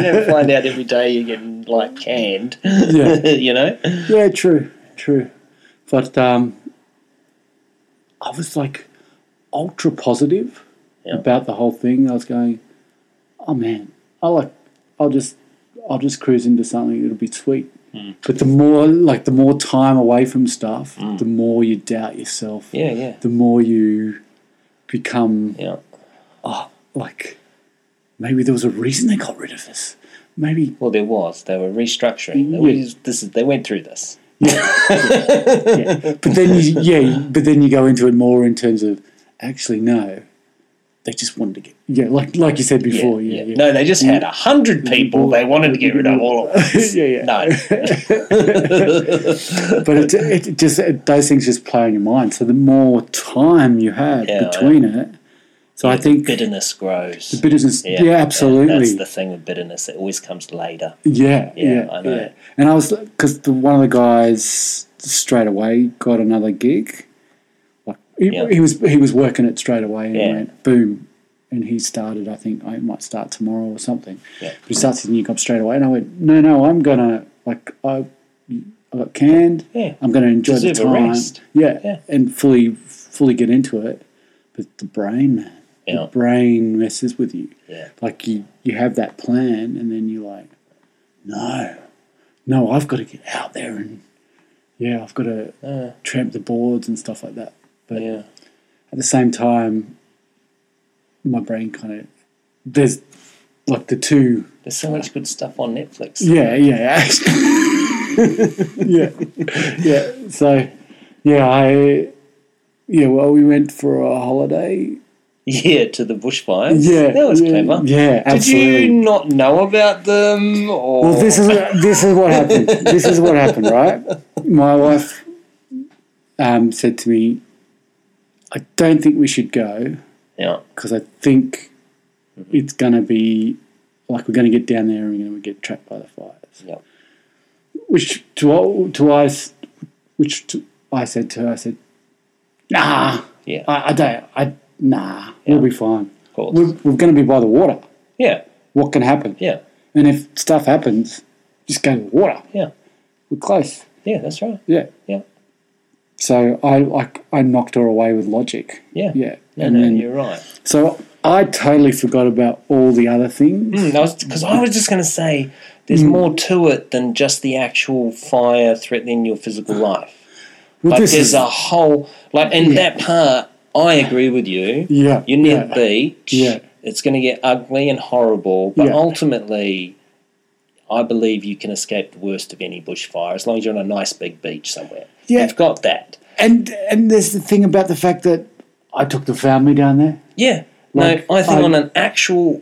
Speaker 3: don't find out every day you're getting like canned.
Speaker 4: Yeah.
Speaker 3: you know?
Speaker 4: Yeah, true, true. But um, I was like ultra positive
Speaker 3: Yeah.
Speaker 4: about the whole thing. I was going, oh man, I like, I'll just, I'll just cruise into something. It'll be sweet.
Speaker 3: Hmm.
Speaker 4: But the more, like, the more time away from stuff, the more you doubt yourself.
Speaker 3: Hmm. Yeah, yeah.
Speaker 4: The more you become
Speaker 3: Yeah.
Speaker 4: like, maybe there was a reason they got rid of us. Maybe
Speaker 3: Well there was. They were restructuring. They, were,
Speaker 4: Yeah.
Speaker 3: this is, they went through this.
Speaker 4: but then you, yeah, but then you go into it more in terms of actually no, they just wanted to get yeah, like like you said before, yeah, yeah,
Speaker 3: No, they just had a hundred people they wanted to get rid of all of
Speaker 4: yeah,
Speaker 3: us.
Speaker 4: yeah.
Speaker 3: No.
Speaker 4: But it, it it just it, those things just play on your mind. So the more time you have
Speaker 3: Yeah,
Speaker 4: between it, so I think
Speaker 3: bitterness grows.
Speaker 4: bitterness, yeah, absolutely,
Speaker 3: That's the thing with bitterness. It always comes later.
Speaker 4: Yeah,
Speaker 3: Yeah,
Speaker 4: yeah,
Speaker 3: I know.
Speaker 4: yeah. And I was because the, one of the guys straight away got another gig. Like He,
Speaker 3: Yeah.
Speaker 4: he was he was working it straight away and
Speaker 3: Yeah.
Speaker 4: went boom, and he started. I think I might start tomorrow or something.
Speaker 3: Yeah.
Speaker 4: But he starts his new job straight away, and I went, no, no, I'm gonna like I, I got canned.
Speaker 3: Yeah.
Speaker 4: I'm gonna enjoy the
Speaker 3: Deserve a
Speaker 4: time.
Speaker 3: rest.
Speaker 4: Yeah,
Speaker 3: Yeah.
Speaker 4: and fully fully get into it. But the brain, man,
Speaker 3: Yeah.
Speaker 4: the brain messes with you.
Speaker 3: Yeah.
Speaker 4: Like you, you have that plan, and then you're like, no, no, I've got to get out there and yeah, I've got to
Speaker 3: Uh,
Speaker 4: tramp the boards and stuff like that. But
Speaker 3: yeah.
Speaker 4: at the same time, my brain kind of there's like the two.
Speaker 3: There's so much good stuff on Netflix.
Speaker 4: Yeah, yeah, yeah, yeah. So yeah, I yeah. Well, we went for a holiday.
Speaker 3: Yeah, to the bushfires.
Speaker 4: Yeah,
Speaker 3: That was
Speaker 4: yeah,
Speaker 3: clever.
Speaker 4: Yeah,
Speaker 3: Did
Speaker 4: absolutely.
Speaker 3: you not know about them? Or
Speaker 4: Well, this is this is what happened. This is what happened, right? My wife um, said to me, "I don't think we should go
Speaker 3: yeah,
Speaker 4: because I think it's going to be like we're going to get down there and we're going to get trapped by the fires."
Speaker 3: yeah,
Speaker 4: Which to all- to I, s- which to, I said to her, I said, "Nah,
Speaker 3: yeah.
Speaker 4: I, I don't. I nah, we'll be fine.
Speaker 3: of course.
Speaker 4: We're, we're going to be by the water.
Speaker 3: yeah,
Speaker 4: What can happen?
Speaker 3: yeah,
Speaker 4: And if stuff happens, just go to the water.
Speaker 3: yeah,
Speaker 4: We're close."
Speaker 3: yeah. That's right.
Speaker 4: Yeah.
Speaker 3: Yeah.
Speaker 4: So I like I knocked her away with logic.
Speaker 3: Yeah,
Speaker 4: Yeah.
Speaker 3: No,
Speaker 4: and
Speaker 3: no,
Speaker 4: then
Speaker 3: you're right.
Speaker 4: so I totally forgot about all the other things.
Speaker 3: Mm. Because I Hmm, was just going to say, there's more to it than just the actual fire threatening your physical life.
Speaker 4: Well,
Speaker 3: Like
Speaker 4: this
Speaker 3: there's
Speaker 4: is-
Speaker 3: a whole like in that part. I agree with you.
Speaker 4: Yeah,
Speaker 3: You're near
Speaker 4: yeah.
Speaker 3: the beach.
Speaker 4: Yeah.
Speaker 3: It's going to get ugly and horrible, but
Speaker 4: Yeah.
Speaker 3: ultimately, I believe you can escape the worst of any bushfire as long as you're on a nice big beach somewhere.
Speaker 4: Yeah.
Speaker 3: You've got that.
Speaker 4: and and there's the thing about the fact that I took the family down there.
Speaker 3: Yeah.
Speaker 4: Like,
Speaker 3: no, I think
Speaker 4: I-
Speaker 3: on an actual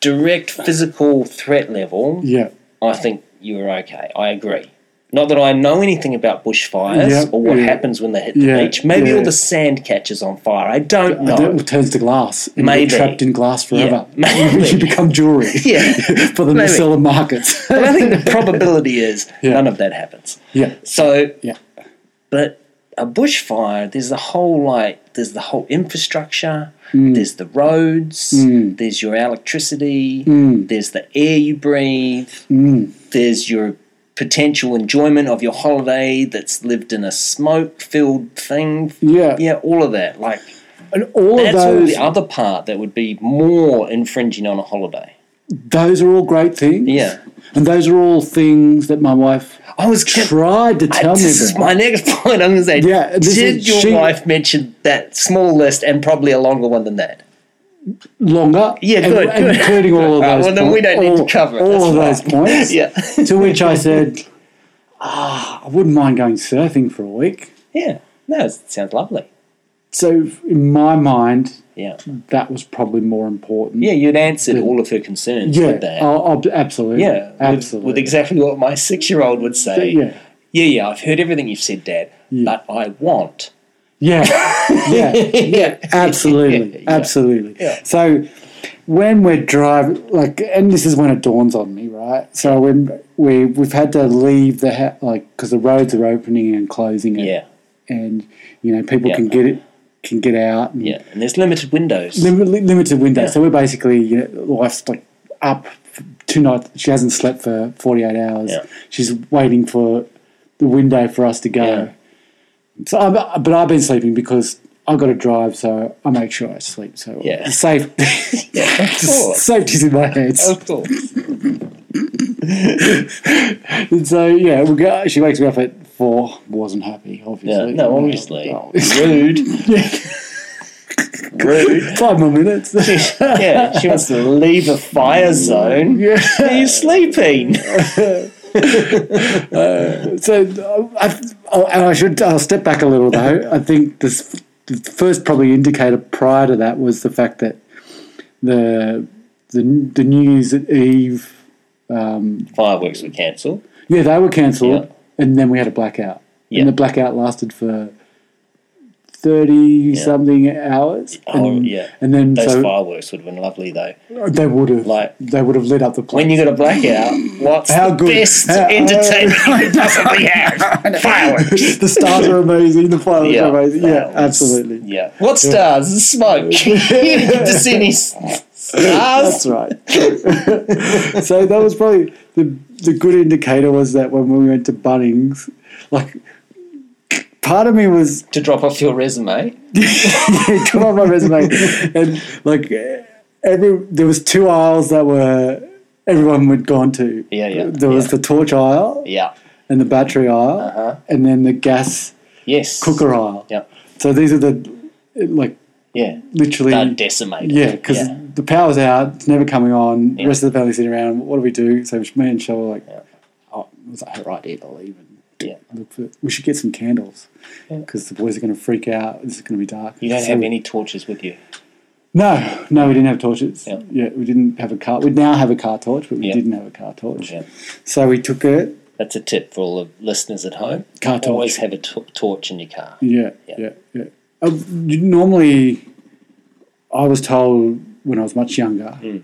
Speaker 3: direct physical threat level,
Speaker 4: Yeah.
Speaker 3: I think you were okay. I agree. Not that I know anything about bushfires
Speaker 4: Yeah,
Speaker 3: or what
Speaker 4: yeah.
Speaker 3: happens when they hit the
Speaker 4: Yeah,
Speaker 3: beach. Maybe
Speaker 4: yeah.
Speaker 3: all the sand catches on fire. I don't know.
Speaker 4: And that turns to glass. And
Speaker 3: Maybe.
Speaker 4: You're trapped in glass forever.
Speaker 3: Yeah, maybe.
Speaker 4: you become jewelry.
Speaker 3: Yeah.
Speaker 4: For the
Speaker 3: Maybe.
Speaker 4: micellar markets.
Speaker 3: But I think the probability is
Speaker 4: Yeah.
Speaker 3: none of that happens.
Speaker 4: yeah.
Speaker 3: So,
Speaker 4: Yeah.
Speaker 3: but a bushfire, there's the whole like, there's the whole infrastructure,
Speaker 4: Mm.
Speaker 3: there's the roads, there's your electricity,
Speaker 4: Mm.
Speaker 3: there's the air you breathe, there's your potential enjoyment of your holiday that's lived in a smoke-filled thing.
Speaker 4: Yeah.
Speaker 3: yeah, all of that. Like
Speaker 4: And all
Speaker 3: that's
Speaker 4: of
Speaker 3: all
Speaker 4: those
Speaker 3: the other part that would be more infringing on a holiday.
Speaker 4: those are all great things.
Speaker 3: Yeah.
Speaker 4: And those are all things that my wife
Speaker 3: I was kidding.
Speaker 4: tried to tell
Speaker 3: I-
Speaker 4: me
Speaker 3: this
Speaker 4: about.
Speaker 3: is my next point. I'm going to say,
Speaker 4: Yeah, this
Speaker 3: did
Speaker 4: is-
Speaker 3: your
Speaker 4: she-
Speaker 3: wife mention that small list and probably a longer one than that?
Speaker 4: longer.
Speaker 3: Yeah,
Speaker 4: and-
Speaker 3: good,
Speaker 4: and
Speaker 3: good.
Speaker 4: Including all of those.
Speaker 3: Right, well, then we don't need to
Speaker 4: all-
Speaker 3: cover it,
Speaker 4: all
Speaker 3: that's
Speaker 4: of those
Speaker 3: fine.
Speaker 4: points.
Speaker 3: Yeah,
Speaker 4: To which I said, "Ah, I wouldn't mind going surfing for a week."
Speaker 3: yeah. No, it sounds lovely.
Speaker 4: So in my mind,
Speaker 3: Yeah,
Speaker 4: that was probably more important.
Speaker 3: yeah. You'd answered all of her concerns
Speaker 4: yeah,
Speaker 3: with that.
Speaker 4: oh, ob- absolutely.
Speaker 3: yeah, with-
Speaker 4: absolutely.
Speaker 3: With, exactly what my six-year-old would say.
Speaker 4: Yeah,
Speaker 3: yeah, yeah, I've heard everything you've said, Dad, but I want.
Speaker 4: yeah, yeah, yeah. Absolutely,
Speaker 3: Yeah.
Speaker 4: absolutely.
Speaker 3: Yeah.
Speaker 4: So when we're driving, like, and this is when it dawns on me, right? So when we we've had to leave the ha- like because the roads are opening and closing. at
Speaker 3: Yeah,
Speaker 4: and you know people
Speaker 3: Yeah.
Speaker 4: can get it can get out and
Speaker 3: yeah. And there's limited windows.
Speaker 4: lim- li- limited window
Speaker 3: Yeah.
Speaker 4: so we're basically you know wife's like up f- two nights she hasn't slept for 48 hours
Speaker 3: Yeah.
Speaker 4: she's waiting for the window for us to go
Speaker 3: Yeah.
Speaker 4: so I'm, but I've been sleeping because I've got to drive so I make sure I sleep so
Speaker 3: Yeah.
Speaker 4: safe
Speaker 3: yeah, of course.
Speaker 4: safety's in my hands
Speaker 3: Of course.
Speaker 4: and so yeah we go, she wakes me up at four wasn't happy
Speaker 3: Yeah,
Speaker 4: obviously
Speaker 3: no, obviously.
Speaker 4: Oh,
Speaker 3: Rude. Rude.
Speaker 4: five more minutes
Speaker 3: Yeah, she wants to leave a fire zone.
Speaker 4: yeah
Speaker 3: Are you sleeping?
Speaker 4: So uh, I, oh, and I should I'll step back a little though. I think this the first probably indicator prior to that was the fact that the the, the New Year's Eve
Speaker 3: Fireworks were cancelled.
Speaker 4: yeah they were cancelled
Speaker 3: Yeah.
Speaker 4: and then we had a blackout
Speaker 3: Yeah.
Speaker 4: and the blackout lasted for thirty something hours.
Speaker 3: Oh,
Speaker 4: and,
Speaker 3: yeah.
Speaker 4: and then
Speaker 3: Those
Speaker 4: so
Speaker 3: fireworks would have been lovely though.
Speaker 4: they would have
Speaker 3: like-
Speaker 4: they would have lit up the place.
Speaker 3: When you got a blackout, what's
Speaker 4: How
Speaker 3: the
Speaker 4: good-
Speaker 3: best
Speaker 4: how-
Speaker 3: entertainment you possibly have? Fireworks.
Speaker 4: the stars are amazing. The fireworks are amazing. Yeah,
Speaker 3: fireworks.
Speaker 4: absolutely.
Speaker 3: Yeah. What stars? Smoke. you didn't get to see any s-
Speaker 4: That's
Speaker 3: stars.
Speaker 4: right. so that was probably the the good indicator was that when we went to Bunnings, like part of me was
Speaker 3: To drop off your resume.
Speaker 4: come on my resume and like every there was two aisles that were everyone had gone to.
Speaker 3: Yeah, yeah,
Speaker 4: There was
Speaker 3: yeah.
Speaker 4: the torch aisle
Speaker 3: Yeah.
Speaker 4: and the battery aisle,
Speaker 3: Uh-huh.
Speaker 4: and then the gas
Speaker 3: Yes.
Speaker 4: cooker aisle.
Speaker 3: Yeah.
Speaker 4: So these are the like
Speaker 3: Yeah.
Speaker 4: literally
Speaker 3: They're decimated.
Speaker 4: Yeah, because
Speaker 3: yeah.
Speaker 4: the power's out, it's never coming on. The rest of the family's sitting around. What do we do? So me and Shell were like, "Oh, it was a great idea to leave and
Speaker 3: Yeah.
Speaker 4: look for. We should get some candles because the boys are going to freak out. This is going to be dark."
Speaker 3: You don't
Speaker 4: So-
Speaker 3: have any torches with you.
Speaker 4: No, no, we didn't have torches.
Speaker 3: Yeah.
Speaker 4: we didn't have a car. We now have a car torch, but we
Speaker 3: Yeah.
Speaker 4: didn't have a car torch.
Speaker 3: Yeah.
Speaker 4: So we took it.
Speaker 3: That's a tip for all the listeners at home.
Speaker 4: Car torch.
Speaker 3: Always have a to- torch in your car.
Speaker 4: Yeah,
Speaker 3: Yeah.
Speaker 4: yeah, yeah. Uh, you- normally, I was told when I was much younger
Speaker 3: Mm.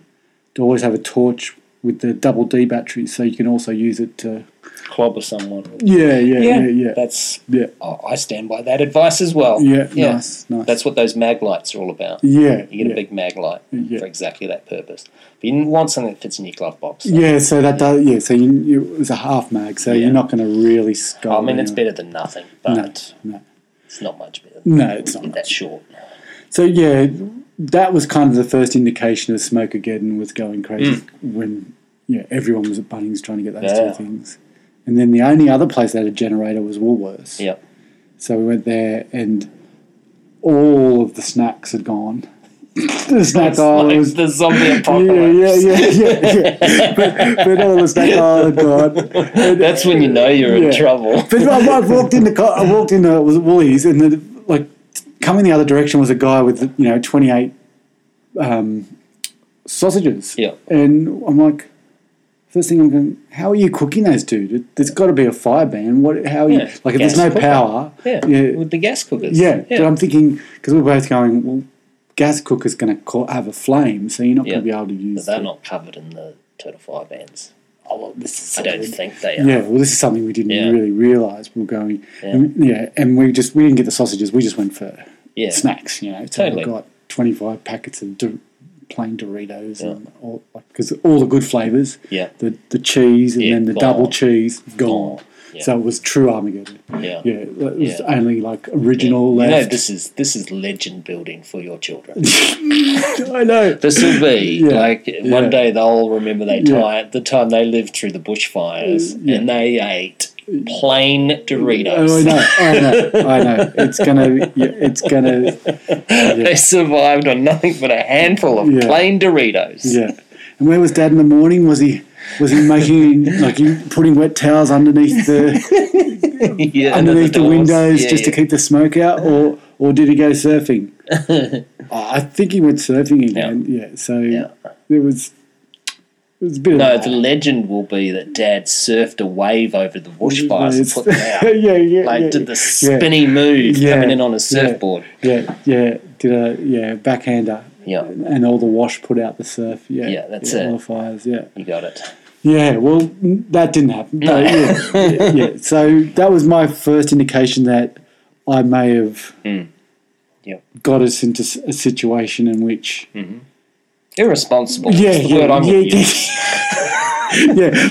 Speaker 4: to always have a torch with the double D battery, so you can also use it to.
Speaker 3: Club with someone.
Speaker 4: Yeah, yeah, yeah, yeah, yeah.
Speaker 3: That's.
Speaker 4: Yeah.
Speaker 3: Oh, I stand by that advice as well.
Speaker 4: Yeah, nice, nice.
Speaker 3: That's what those mag lights are all about.
Speaker 4: Yeah,
Speaker 3: You get
Speaker 4: yeah.
Speaker 3: a big mag light
Speaker 4: Yeah.
Speaker 3: for exactly that purpose. But you want something that fits in your glove box.
Speaker 4: yeah, so that does. Yeah, so you, you, it was a half mag, so
Speaker 3: Yeah.
Speaker 4: you're not going to really score.
Speaker 3: I mean, it's better than nothing, but
Speaker 4: No,
Speaker 3: it's not much better. Than
Speaker 4: no, it's not.
Speaker 3: That's short.
Speaker 4: So yeah, that was kind of the first indication of Smokeageddon was going crazy when yeah everyone was at Bunnings trying to get those
Speaker 3: Mm. Yeah.
Speaker 4: two things, and then the only other place that had a generator was Woolworths.
Speaker 3: Yeah.
Speaker 4: So we went there, and all of the snacks had gone. the snack aisle
Speaker 3: Like
Speaker 4: was
Speaker 3: the zombie
Speaker 4: yeah
Speaker 3: apocalypse.
Speaker 4: yeah yeah yeah. yeah. but, but all the snack aisle had gone. And-
Speaker 3: That's when you know you're in
Speaker 4: Yeah.
Speaker 3: trouble.
Speaker 4: but I, I walked into co- I walked into it was Woolies and the, like coming the other direction was a guy with you know twenty eight um, sausages.
Speaker 3: Yeah.
Speaker 4: and I'm like, first thing I'm going, how are you cooking those, dude? There's got to be a fire ban. What? How are you?
Speaker 3: Yeah,
Speaker 4: Like if
Speaker 3: gas
Speaker 4: there's no
Speaker 3: cooker.
Speaker 4: power.
Speaker 3: Yeah.
Speaker 4: yeah,
Speaker 3: With the gas cookers.
Speaker 4: yeah. But I'm thinking because we're both going. Well, gas cooker's going to have a flame, so you're not
Speaker 3: Yeah.
Speaker 4: going to be able to
Speaker 3: But
Speaker 4: use.
Speaker 3: they're
Speaker 4: it.
Speaker 3: not covered in the Total Fire bands.
Speaker 4: Oh, well, this is
Speaker 3: I
Speaker 4: something
Speaker 3: don't think they are.
Speaker 4: Yeah, well, this is something we didn't
Speaker 3: Yeah.
Speaker 4: really realise. We were going,
Speaker 3: Yeah.
Speaker 4: and, yeah, and we just we didn't get the sausages. We just went for
Speaker 3: Yeah.
Speaker 4: snacks, you know. So
Speaker 3: Totally.
Speaker 4: we got twenty five packets of do- plain Doritos and all because all the good flavours.
Speaker 3: Yeah.
Speaker 4: the the cheese and
Speaker 3: Yeah,
Speaker 4: then the
Speaker 3: gone.
Speaker 4: double cheese gone.
Speaker 3: Gone. Yeah.
Speaker 4: So it was true Armageddon.
Speaker 3: Yeah.
Speaker 4: yeah, it was
Speaker 3: Yeah.
Speaker 4: only like
Speaker 3: Yeah.
Speaker 4: original
Speaker 3: You know,
Speaker 4: left.
Speaker 3: this is this is legend building for your children.
Speaker 4: I know.
Speaker 3: This will be
Speaker 4: Yeah.
Speaker 3: like one
Speaker 4: Yeah.
Speaker 3: day they'll remember they
Speaker 4: Yeah. Mm,
Speaker 3: time the time they lived through the bushfires and they ate plain
Speaker 4: Oh, I
Speaker 3: Doritos.
Speaker 4: know, I know, I know. It's gonna, yeah, it's gonna,
Speaker 3: they survived on nothing but a handful of
Speaker 4: Yeah.
Speaker 3: plain Doritos.
Speaker 4: Yeah. And where was Dad in the morning? Was he was he making like he putting wet towels underneath the
Speaker 3: Yeah, under
Speaker 4: underneath the,
Speaker 3: doors.
Speaker 4: windows
Speaker 3: Yeah,
Speaker 4: just to
Speaker 3: yeah.
Speaker 4: keep the smoke out, or or did he go surfing? I I think he went surfing again. Yeah. So there was it was a bit of
Speaker 3: No,
Speaker 4: that.
Speaker 3: the legend will be that Dad surfed a wave over the bushfires and
Speaker 4: Mm, It's-
Speaker 3: put them out.
Speaker 4: yeah, yeah,
Speaker 3: Like
Speaker 4: yeah,
Speaker 3: did the spinny move
Speaker 4: Yeah.
Speaker 3: coming in on a
Speaker 4: Yeah.
Speaker 3: surfboard.
Speaker 4: yeah, yeah, did a yeah backhander.
Speaker 3: Yeah.
Speaker 4: And all the wash put out the surf. Yeah,
Speaker 3: Yeah, that's
Speaker 4: yeah,
Speaker 3: it.
Speaker 4: All the fires. Yeah.
Speaker 3: You got it.
Speaker 4: Yeah, well, n- that didn't happen. No. yeah, yeah, yeah. So that was my first indication that I may have
Speaker 3: Mm. Yep.
Speaker 4: got us into s- a situation in which.
Speaker 3: Irresponsible.
Speaker 4: Yeah,
Speaker 3: is the
Speaker 4: yeah,
Speaker 3: word I'm
Speaker 4: yeah,
Speaker 3: gonna use.
Speaker 4: yeah. yeah,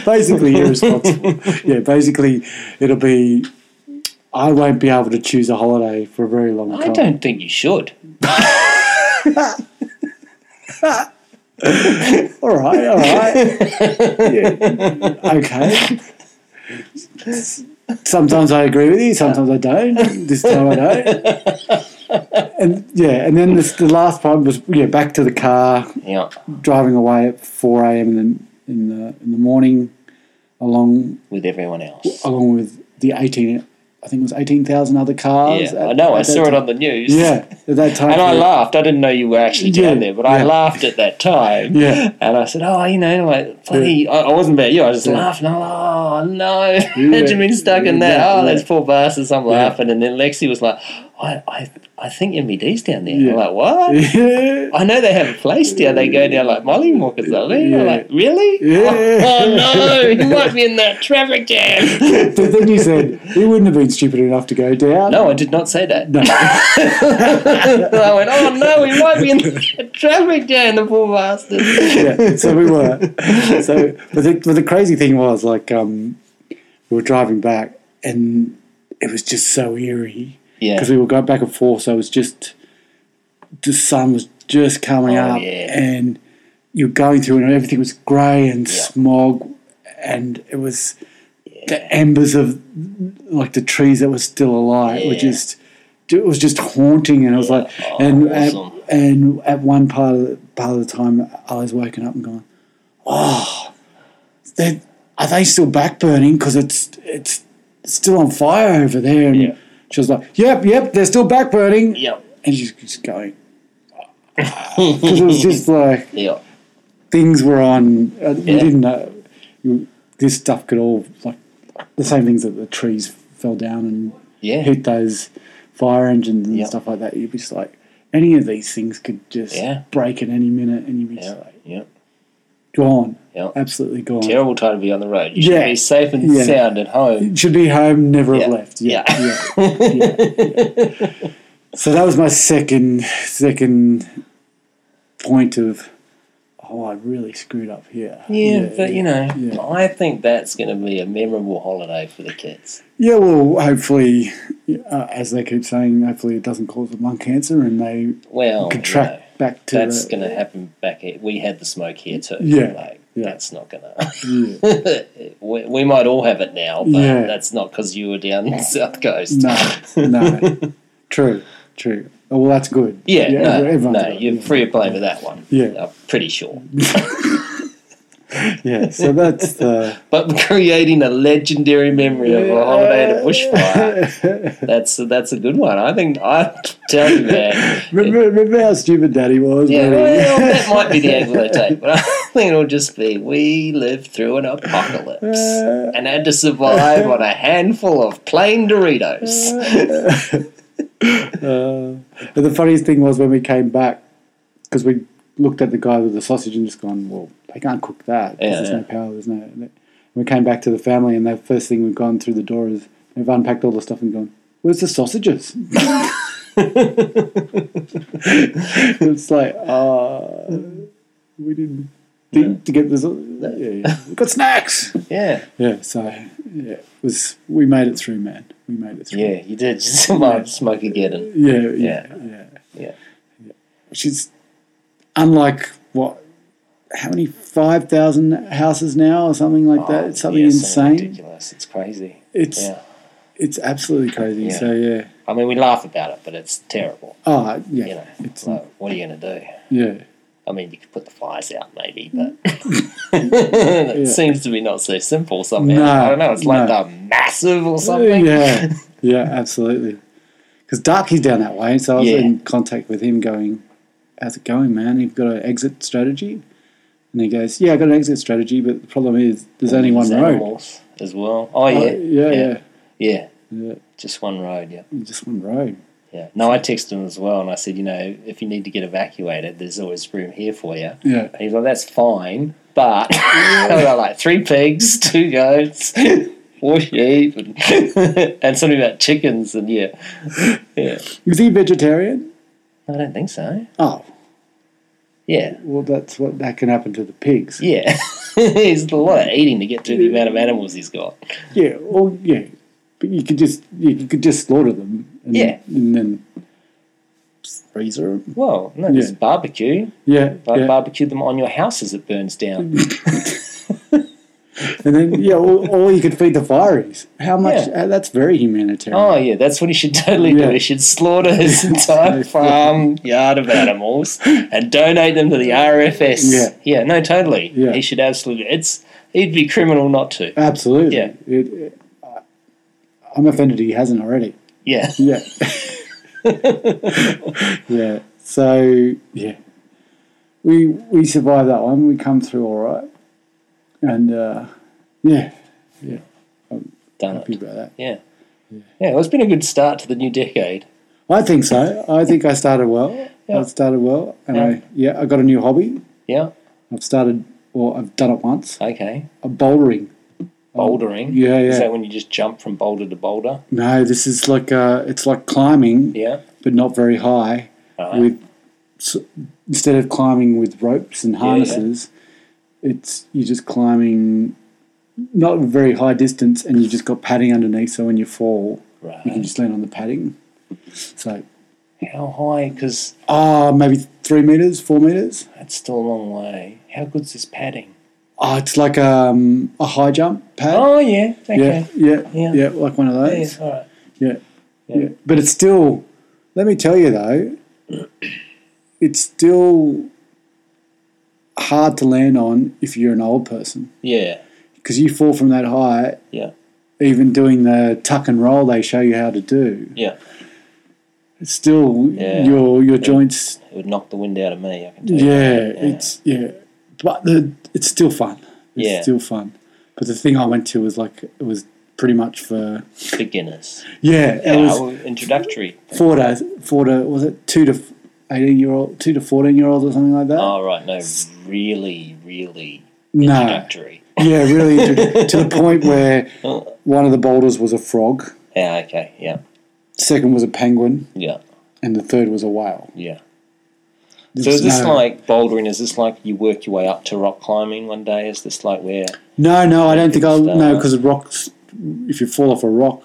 Speaker 4: basically irresponsible. yeah, basically it'll be. I won't be able to choose a holiday for a very long
Speaker 3: I
Speaker 4: time.
Speaker 3: don't think you should.
Speaker 4: All right, all right. Yeah, Okay. Sometimes I agree with you, sometimes I don't. This time I don't. And yeah, and then this, the last part was yeah, back to the car,
Speaker 3: Yeah.
Speaker 4: driving away at four a.m. in the in the in the morning, along
Speaker 3: With everyone else.
Speaker 4: along with the eighteen, I think it was eighteen thousand other cars.
Speaker 3: Yeah. I know, I saw it on the news.
Speaker 4: Yeah, at that time.
Speaker 3: And I
Speaker 4: period.
Speaker 3: laughed. I didn't know you were actually down
Speaker 4: Yeah,
Speaker 3: there, but I
Speaker 4: yeah.
Speaker 3: laughed at that time.
Speaker 4: Yeah.
Speaker 3: And I said, "Oh, you know, like bloody." I, I wasn't about you. I was just laughing. Oh no, imagine being stuck in that.
Speaker 4: yeah,
Speaker 3: oh,
Speaker 4: yeah.
Speaker 3: that's poor bastards. I'm
Speaker 4: Yeah.
Speaker 3: laughing, and then Lexi was like, "I, I, I think MVD's down there."
Speaker 4: Yeah.
Speaker 3: I'm like, "What?"
Speaker 4: Yeah.
Speaker 3: I know they have a place down. They go down like Molly Walk or something. I'm
Speaker 4: Yeah.
Speaker 3: like, "Really?
Speaker 4: Yeah.
Speaker 3: Oh, oh, no, you might be in that traffic jam."
Speaker 4: But then you said he wouldn't have been stupid enough to go down.
Speaker 3: no, I did not say that.
Speaker 4: No.
Speaker 3: I went, "Oh no, we might be in the traffic jam, the poor bastards."
Speaker 4: yeah, so we were. So, but the, but the crazy thing was, like, um, we were driving back, and it was just so eerie
Speaker 3: Yeah.
Speaker 4: because we were going back and forth. So it was just the sun was just coming
Speaker 3: Oh,
Speaker 4: up,
Speaker 3: yeah.
Speaker 4: and you're going through, and everything was grey and smog, and it was the embers of like the trees that were still alive were
Speaker 3: Yeah.
Speaker 4: just. It was just haunting, and I was like,
Speaker 3: Oh,
Speaker 4: and
Speaker 3: awesome.
Speaker 4: at, and at one part of the, part of the time, I was waking up and going, they are they still backburning because it's it's still on fire over there and
Speaker 3: Yeah.
Speaker 4: she was like yep yep they're still backburning
Speaker 3: Yep.
Speaker 4: and she's just going because it was just like
Speaker 3: Yeah.
Speaker 4: things were on uh, we
Speaker 3: Yeah.
Speaker 4: didn't know you, this stuff could all like the same things that the trees fell down and
Speaker 3: Yeah.
Speaker 4: hit those fire engines and
Speaker 3: Yep.
Speaker 4: stuff like that you'd be just like any of these things could just
Speaker 3: Yeah.
Speaker 4: break at any minute and you'd be just
Speaker 3: Yeah.
Speaker 4: like
Speaker 3: Yeah.
Speaker 4: gone
Speaker 3: Yeah.
Speaker 4: absolutely gone
Speaker 3: Terrible time to be on the road. You
Speaker 4: Yeah.
Speaker 3: should be safe and
Speaker 4: Yeah.
Speaker 3: sound at home.
Speaker 4: should be home, never have
Speaker 3: Yeah.
Speaker 4: left. Yeah.
Speaker 3: Yeah.
Speaker 4: yeah, yeah, yeah. So that was my second second point of oh I really screwed up here.
Speaker 3: Yeah, but you know,
Speaker 4: yeah.
Speaker 3: I think that's going to be a memorable holiday for the kids.
Speaker 4: Yeah, well hopefully uh, as they keep saying, hopefully it doesn't cause them lung cancer and they
Speaker 3: Well, you
Speaker 4: contract
Speaker 3: know,
Speaker 4: back to
Speaker 3: Oh, that's
Speaker 4: the,
Speaker 3: going to happen back here. We had the smoke here too.
Speaker 4: Yeah,
Speaker 3: Like,
Speaker 4: yeah.
Speaker 3: That's not going to. we, we might all have it now, but
Speaker 4: Yeah.
Speaker 3: that's not because you were down the south coast.
Speaker 4: No, no. true, true. Oh, well that's good.
Speaker 3: Yeah, no,
Speaker 4: everyone's
Speaker 3: no,
Speaker 4: got it.
Speaker 3: you're free to play with that one.
Speaker 4: Yeah.
Speaker 3: I'm pretty sure.
Speaker 4: Yeah, so that's the
Speaker 3: But creating a legendary memory of a holiday at a bushfire. That's that's a good one. I think I tell you, man.
Speaker 4: Remember, remember how stupid Daddy was?
Speaker 3: Yeah,
Speaker 4: when he-
Speaker 3: well, that might be the angle they take, but I think it'll just be we lived through an apocalypse
Speaker 4: Uh,
Speaker 3: and had to survive on a handful of plain Doritos.
Speaker 4: Uh, but the funniest thing was when we came back, because we looked at the guy with the sausage and just gone, well, they can't cook that. 'cause
Speaker 3: Yeah,
Speaker 4: there's
Speaker 3: yeah.
Speaker 4: no power. There's no. And we came back to the family, and the first thing we've gone through the door is we've unpacked all the stuff and gone, where's the sausages? it's like, uh, we didn't think to get this. Yeah, yeah. We got snacks.
Speaker 3: Yeah,
Speaker 4: Yeah, so yeah, it was we made it through, man. We made it through.
Speaker 3: yeah, you did just survive smoke again.
Speaker 4: Yeah, yeah,
Speaker 3: Yeah.
Speaker 4: yeah,
Speaker 3: Yeah,
Speaker 4: Which is unlike what? How many five thousand houses now or something like that? It's something
Speaker 3: Oh, Yeah, something
Speaker 4: insane.
Speaker 3: ridiculous. It's crazy.
Speaker 4: It's
Speaker 3: Yeah,
Speaker 4: it's absolutely crazy.
Speaker 3: Yeah.
Speaker 4: So yeah.
Speaker 3: I mean, we laugh about it, but it's terrible.
Speaker 4: Oh yeah,
Speaker 3: You know,
Speaker 4: it's
Speaker 3: like, what are you going to do?
Speaker 4: yeah,
Speaker 3: I mean, you could put the fires out, maybe, but it
Speaker 4: Yeah.
Speaker 3: seems to be not so simple somehow.
Speaker 4: No,
Speaker 3: I don't know. It's like
Speaker 4: no.
Speaker 3: they're massive or something.
Speaker 4: yeah, yeah, absolutely. Because Darky's down that way, so I was
Speaker 3: Yeah.
Speaker 4: in contact with him, going, "How's it going, man? You've got an exit strategy." And he goes, "Yeah, I got an exit strategy, but the problem is there's only one
Speaker 3: There's
Speaker 4: road.
Speaker 3: animals as well. Oh yeah.
Speaker 4: Uh, yeah, yeah,
Speaker 3: yeah, yeah.
Speaker 4: yeah,
Speaker 3: Just one road. Yeah,
Speaker 4: just one road.
Speaker 3: yeah. No, I texted him as well, and I said, you know, if you need to get evacuated, there's always room here for you.
Speaker 4: Yeah,
Speaker 3: And he's like, that's fine, but I got like three pigs, two goats, four sheep, and, and something about chickens, and yeah, yeah.
Speaker 4: is he vegetarian?
Speaker 3: I don't think so.
Speaker 4: Oh,
Speaker 3: Yeah.
Speaker 4: well, that's what that can happen to the pigs.
Speaker 3: Yeah. he's a lot of eating to get through the amount of animals he's got.
Speaker 4: Yeah, well, yeah, but you could just you could just slaughter them. And,
Speaker 3: Yeah.
Speaker 4: and then freezer 'em.
Speaker 3: Well, no,
Speaker 4: Yeah.
Speaker 3: just barbecue.
Speaker 4: Yeah,
Speaker 3: Like
Speaker 4: yeah.
Speaker 3: Barbecue them on your house as it burns down.
Speaker 4: And then, yeah, or, or you could feed the fireys. How much?
Speaker 3: Yeah.
Speaker 4: uh, that's very humanitarian.
Speaker 3: oh, yeah, that's what he should totally
Speaker 4: Yeah.
Speaker 3: do. He should slaughter his entire farm yard of animals and donate them to the RFS.
Speaker 4: Yeah.
Speaker 3: Yeah, no, totally.
Speaker 4: Yeah. Uh,
Speaker 3: He should absolutely. It's He'd be criminal not to.
Speaker 4: Absolutely. uh,
Speaker 3: Yeah.
Speaker 4: It, it, I- I'm offended he hasn't already.
Speaker 3: Yeah.
Speaker 4: Yeah. yeah. So yeah, we we survived that one. We come through all right, and uh, yeah,
Speaker 3: Done
Speaker 4: happy
Speaker 3: it.
Speaker 4: about that.
Speaker 3: Yeah. Yeah, well, it's been a good start to the new decade.
Speaker 4: I think so. I think I started well.
Speaker 3: Yeah.
Speaker 4: I started well, and
Speaker 3: Yeah.
Speaker 4: I yeah, I got a new hobby.
Speaker 3: Yeah.
Speaker 4: I've started, or I've done it once.
Speaker 3: Okay.
Speaker 4: A bouldering.
Speaker 3: Bouldering.
Speaker 4: Um, Yeah,
Speaker 3: Is
Speaker 4: yeah.
Speaker 3: that when you just jump from boulder to boulder?
Speaker 4: No, this is like uh, it's like climbing,
Speaker 3: Yeah.
Speaker 4: but not very high.
Speaker 3: Right.
Speaker 4: With s instead of climbing with ropes and
Speaker 3: yeah.
Speaker 4: harnesses, it's you're just climbing not a very high distance, and you just got padding underneath. So when you fall, you can
Speaker 3: Right.
Speaker 4: just land on the padding. So
Speaker 3: How high? Because
Speaker 4: ah, maybe three meters, four meters.
Speaker 3: that's still a long way. How good's this padding?
Speaker 4: Oh, it's like um, a high jump pad.
Speaker 3: Oh, yeah.
Speaker 4: yeah,
Speaker 3: Okay.
Speaker 4: yeah,
Speaker 3: Yeah.
Speaker 4: yeah, like one of
Speaker 3: Yeah.
Speaker 4: those.
Speaker 3: all right.
Speaker 4: Yeah.
Speaker 3: Yeah.
Speaker 4: yeah. But it's still, let me tell you though, it's still hard to land on if you're an old person
Speaker 3: Yeah.
Speaker 4: because you fall from that height,
Speaker 3: Yeah.
Speaker 4: even doing the tuck and roll they show you how to do.
Speaker 3: Yeah.
Speaker 4: It's still
Speaker 3: Yeah.
Speaker 4: your your joints.
Speaker 3: It would knock the wind out of me. I can tell
Speaker 4: Yeah,
Speaker 3: you.
Speaker 4: it's yeah, but the, it's still fun. It's
Speaker 3: Yeah.
Speaker 4: still fun. But the thing I went to was like it was pretty much for
Speaker 3: Beginners.
Speaker 4: yeah, it
Speaker 3: Yeah,
Speaker 4: was
Speaker 3: well, introductory.
Speaker 4: four to four to was it two to eighteen year old, two to fourteen year old or something like that.
Speaker 3: Oh, right. No, really, really
Speaker 4: no,
Speaker 3: introductory.
Speaker 4: yeah, really to, to the point where one of the boulders was a frog,
Speaker 3: Yeah, okay. Yeah.
Speaker 4: second was a penguin,
Speaker 3: Yeah.
Speaker 4: and the third was a whale.
Speaker 3: Yeah. So is this
Speaker 4: no,
Speaker 3: like bouldering? Is this like you work your way up to rock climbing one day? Is this like where?
Speaker 4: no, no, I don't think I'll
Speaker 3: Start.
Speaker 4: no because rocks. If you fall off a rock,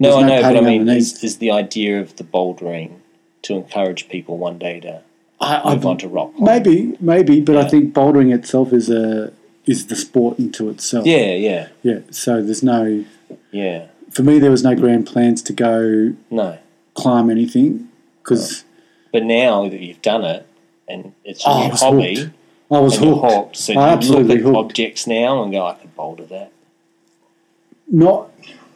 Speaker 3: No,
Speaker 4: There's
Speaker 3: I
Speaker 4: no
Speaker 3: know, but I
Speaker 4: padding
Speaker 3: mean,
Speaker 4: underneath.
Speaker 3: is, is the idea of the bouldering to encourage people one day to
Speaker 4: I,
Speaker 3: move
Speaker 4: I
Speaker 3: on to rock climbing?
Speaker 4: maybe maybe, but I think bouldering itself is a is the sport into itself.
Speaker 3: Yeah, yeah,
Speaker 4: yeah. So there's no
Speaker 3: yeah.
Speaker 4: for me there was no grand plans to go
Speaker 3: No,
Speaker 4: climb anything because.
Speaker 3: but now that you've done it and it's your
Speaker 4: Oh, I
Speaker 3: new
Speaker 4: was
Speaker 3: hobby,
Speaker 4: hooked. I was
Speaker 3: and you're
Speaker 4: hooked.
Speaker 3: hooked, so
Speaker 4: I
Speaker 3: you look
Speaker 4: absolutely
Speaker 3: at
Speaker 4: hooked.
Speaker 3: objects now and go, I could boulder that.
Speaker 4: Not,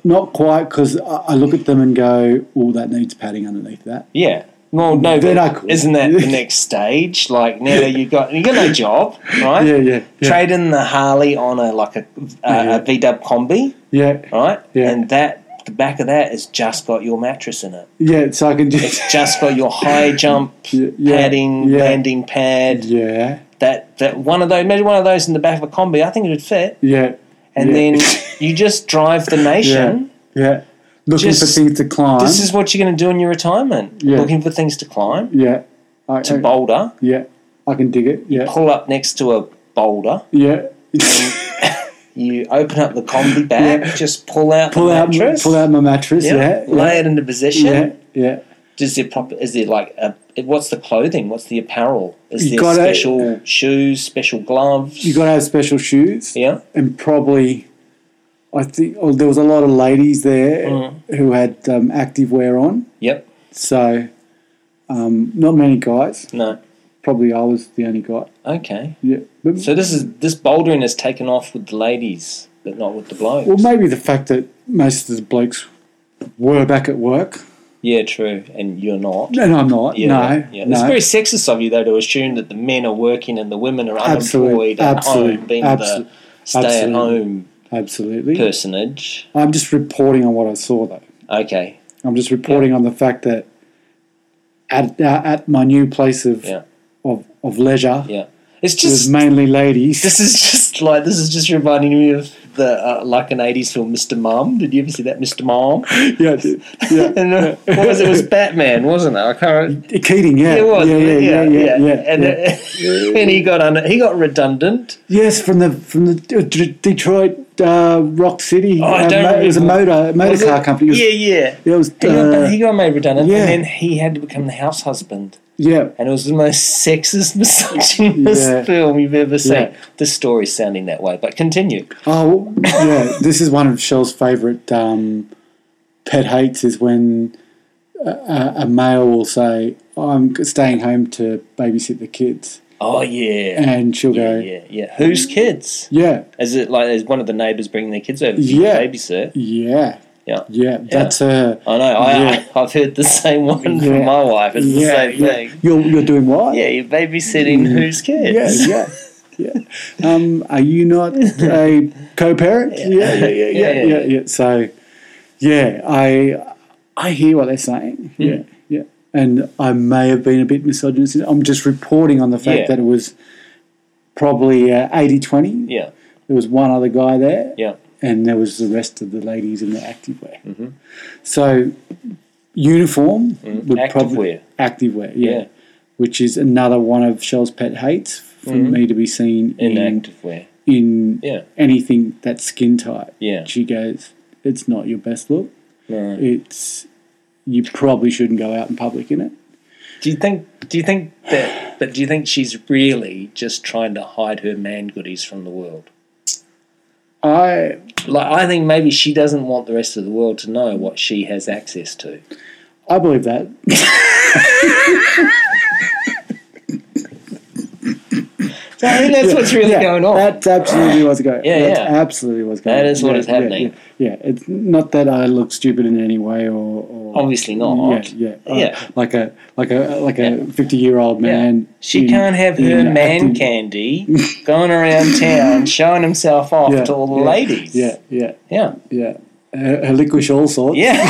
Speaker 4: not quite because I, I look at them and go, "Oh, that needs padding underneath that."
Speaker 3: Yeah. Well, no,
Speaker 4: Then I
Speaker 3: but
Speaker 4: could.
Speaker 3: isn't that the next stage? Like now you got you got no job, right?
Speaker 4: Yeah, yeah, yeah.
Speaker 3: Trade in the Harley on a like a, a,
Speaker 4: Yeah.
Speaker 3: a V Dub combi,
Speaker 4: Yeah,
Speaker 3: right?
Speaker 4: Yeah.
Speaker 3: And that the back of that has just got your mattress in it.
Speaker 4: yeah. So I can just
Speaker 3: It's just got your high jump
Speaker 4: Yeah, yeah,
Speaker 3: padding,
Speaker 4: yeah.
Speaker 3: landing pad.
Speaker 4: yeah,
Speaker 3: That that one of those, maybe one of those in the back of a combi. I think it would fit.
Speaker 4: yeah,
Speaker 3: And
Speaker 4: yeah,
Speaker 3: then you just drive the nation.
Speaker 4: yeah, looking for
Speaker 3: Just-
Speaker 4: things to climb.
Speaker 3: This is what you're going to do in your retirement.
Speaker 4: Yeah.
Speaker 3: Looking for things to climb,
Speaker 4: yeah, I,
Speaker 3: to
Speaker 4: I-
Speaker 3: boulder,
Speaker 4: yeah, I can dig it. Yeah,
Speaker 3: pull up next to a boulder.
Speaker 4: yeah.
Speaker 3: You open up the combi bag, just pull out
Speaker 4: pull
Speaker 3: the
Speaker 4: out,
Speaker 3: mattress,
Speaker 4: pull out my mattress.
Speaker 3: yeah,
Speaker 4: Yeah,
Speaker 3: lay
Speaker 4: yeah,
Speaker 3: it into position.
Speaker 4: yeah, yeah.
Speaker 3: Does there proper? Is there like a? What's the clothing? What's the apparel? Is
Speaker 4: You
Speaker 3: there
Speaker 4: gotta-
Speaker 3: special shoes, special gloves?
Speaker 4: You got to have special shoes.
Speaker 3: yeah,
Speaker 4: and probably I think oh, there was a lot of ladies there
Speaker 3: Mm.
Speaker 4: who had um, active wear on.
Speaker 3: yep,
Speaker 4: So um, not many guys.
Speaker 3: no,
Speaker 4: Probably I was the only guy.
Speaker 3: okay.
Speaker 4: Yeah. But,
Speaker 3: So this is this bouldering has taken off with the ladies, but not with the blokes.
Speaker 4: well, maybe the fact that most of the blokes were back at work,
Speaker 3: yeah, true. And you're not.
Speaker 4: and I'm not.
Speaker 3: Yeah,
Speaker 4: no,
Speaker 3: yeah. It's
Speaker 4: no.
Speaker 3: very sexist of you though to assume that the men are working and the women are
Speaker 4: Absolute,
Speaker 3: unemployed at home,
Speaker 4: absolute,
Speaker 3: being
Speaker 4: absolute,
Speaker 3: the stay-at-home
Speaker 4: absolutely.
Speaker 3: personage.
Speaker 4: I'm just reporting on what I saw, though.
Speaker 3: Okay,
Speaker 4: I'm just reporting on the fact that at uh, at my new place of
Speaker 3: yeah,
Speaker 4: of, of leisure,
Speaker 3: yeah. It's
Speaker 4: it was
Speaker 3: just
Speaker 4: mainly ladies.
Speaker 3: This is just like this is just reminding me of the uh, like an eighties film, Mr. Mom. Did you ever see that, Mr. Mom?
Speaker 4: yeah, I did. yeah.
Speaker 3: And uh, what was it? It was Batman, wasn't it? I can't.
Speaker 4: Keating, yeah,
Speaker 3: It was,
Speaker 4: yeah, yeah, yeah, yeah, yeah,
Speaker 3: And,
Speaker 4: yeah.
Speaker 3: uh, and he got un- he got redundant.
Speaker 4: yes, from the from the uh, D- Detroit uh, Rock City.
Speaker 3: Oh, I
Speaker 4: uh,
Speaker 3: don't
Speaker 4: mo- it was a
Speaker 3: remember.
Speaker 4: motor motor
Speaker 3: Was
Speaker 4: car
Speaker 3: it?
Speaker 4: company. It was,
Speaker 3: yeah, yeah.
Speaker 4: it was
Speaker 3: He got,
Speaker 4: uh,
Speaker 3: he got made redundant,
Speaker 4: yeah.
Speaker 3: and then he had to become the house husband.
Speaker 4: yeah,
Speaker 3: And it was the most sexist, misogynist
Speaker 4: Yeah.
Speaker 3: film you've ever seen.
Speaker 4: Yeah.
Speaker 3: The story's sounding that way, but continue.
Speaker 4: oh well, yeah. This is one of Shell's favourite um, pet hates is when a, a, a male will say, "I'm staying home to babysit the kids,"
Speaker 3: Oh yeah,
Speaker 4: and she'll
Speaker 3: yeah,
Speaker 4: go, "Yeah,
Speaker 3: yeah, yeah. Whose kids?
Speaker 4: yeah."
Speaker 3: Is it like is one of the neighbours bringing their kids over for you
Speaker 4: Yeah.
Speaker 3: to babysit?
Speaker 4: yeah.
Speaker 3: Yeah.
Speaker 4: Yeah, that's a.
Speaker 3: I know. I,
Speaker 4: Yeah.
Speaker 3: I, I've heard the same one
Speaker 4: Yeah.
Speaker 3: from my wife. It's
Speaker 4: yeah,
Speaker 3: the same
Speaker 4: yeah. Mm.
Speaker 3: thing.
Speaker 4: You're, you're doing what?
Speaker 3: Yeah, you're babysitting whose
Speaker 4: yeah,
Speaker 3: kids?
Speaker 4: yeah. yeah. Um, are you not a co-parent? Yeah, yeah, yeah, yeah, yeah.
Speaker 3: Yeah,
Speaker 4: yeah,
Speaker 3: yeah.
Speaker 4: So, yeah, I I hear what they're
Speaker 3: Hmm.
Speaker 4: saying. Yeah, yeah. And I may have been a bit misogynistic. I'm just reporting on the fact
Speaker 3: Yeah.
Speaker 4: that it was probably uh, 80-20.
Speaker 3: yeah,
Speaker 4: There was one other guy there,
Speaker 3: yeah,
Speaker 4: and there was the rest of the ladies in the active wear.
Speaker 3: Mm-hmm.
Speaker 4: So, uniform would
Speaker 3: Active
Speaker 4: probably
Speaker 3: wear.
Speaker 4: active wear.
Speaker 3: Yeah.
Speaker 4: yeah which is another one of Shell's pet hates for me to be seen
Speaker 3: Mm-hmm. in
Speaker 4: in in,
Speaker 3: active wear. Yeah.
Speaker 4: anything that's skin tight.
Speaker 3: Yeah.
Speaker 4: She goes, It's not your best look.
Speaker 3: No.
Speaker 4: It's you probably shouldn't go out in public in it.
Speaker 3: Do you think? Do you think that? But do you think she's really just trying to hide her man goodies from the world?
Speaker 4: I
Speaker 3: Like, I think maybe she doesn't want the rest of the world to know what she has access to.
Speaker 4: I believe that.
Speaker 3: So I think that's what's really going on.
Speaker 4: That's absolutely what's going on.
Speaker 3: Yeah,
Speaker 4: that's
Speaker 3: yeah.
Speaker 4: absolutely what's going
Speaker 3: That
Speaker 4: on.
Speaker 3: is what is
Speaker 4: yeah,
Speaker 3: happening.
Speaker 4: Yeah, yeah. it's not that I look stupid in any way or, or
Speaker 3: Obviously not.
Speaker 4: Yeah, yeah,
Speaker 3: Yeah.
Speaker 4: Uh, like a like a like
Speaker 3: Yeah.
Speaker 4: a fifty year old man.
Speaker 3: She
Speaker 4: in-
Speaker 3: can't have
Speaker 4: in
Speaker 3: her man
Speaker 4: active-
Speaker 3: candy going around town showing himself off
Speaker 4: Yeah,
Speaker 3: to all the
Speaker 4: yeah,
Speaker 3: ladies.
Speaker 4: Yeah, yeah,
Speaker 3: Yeah.
Speaker 4: yeah. Her, her licorice all sorts.
Speaker 3: Yeah.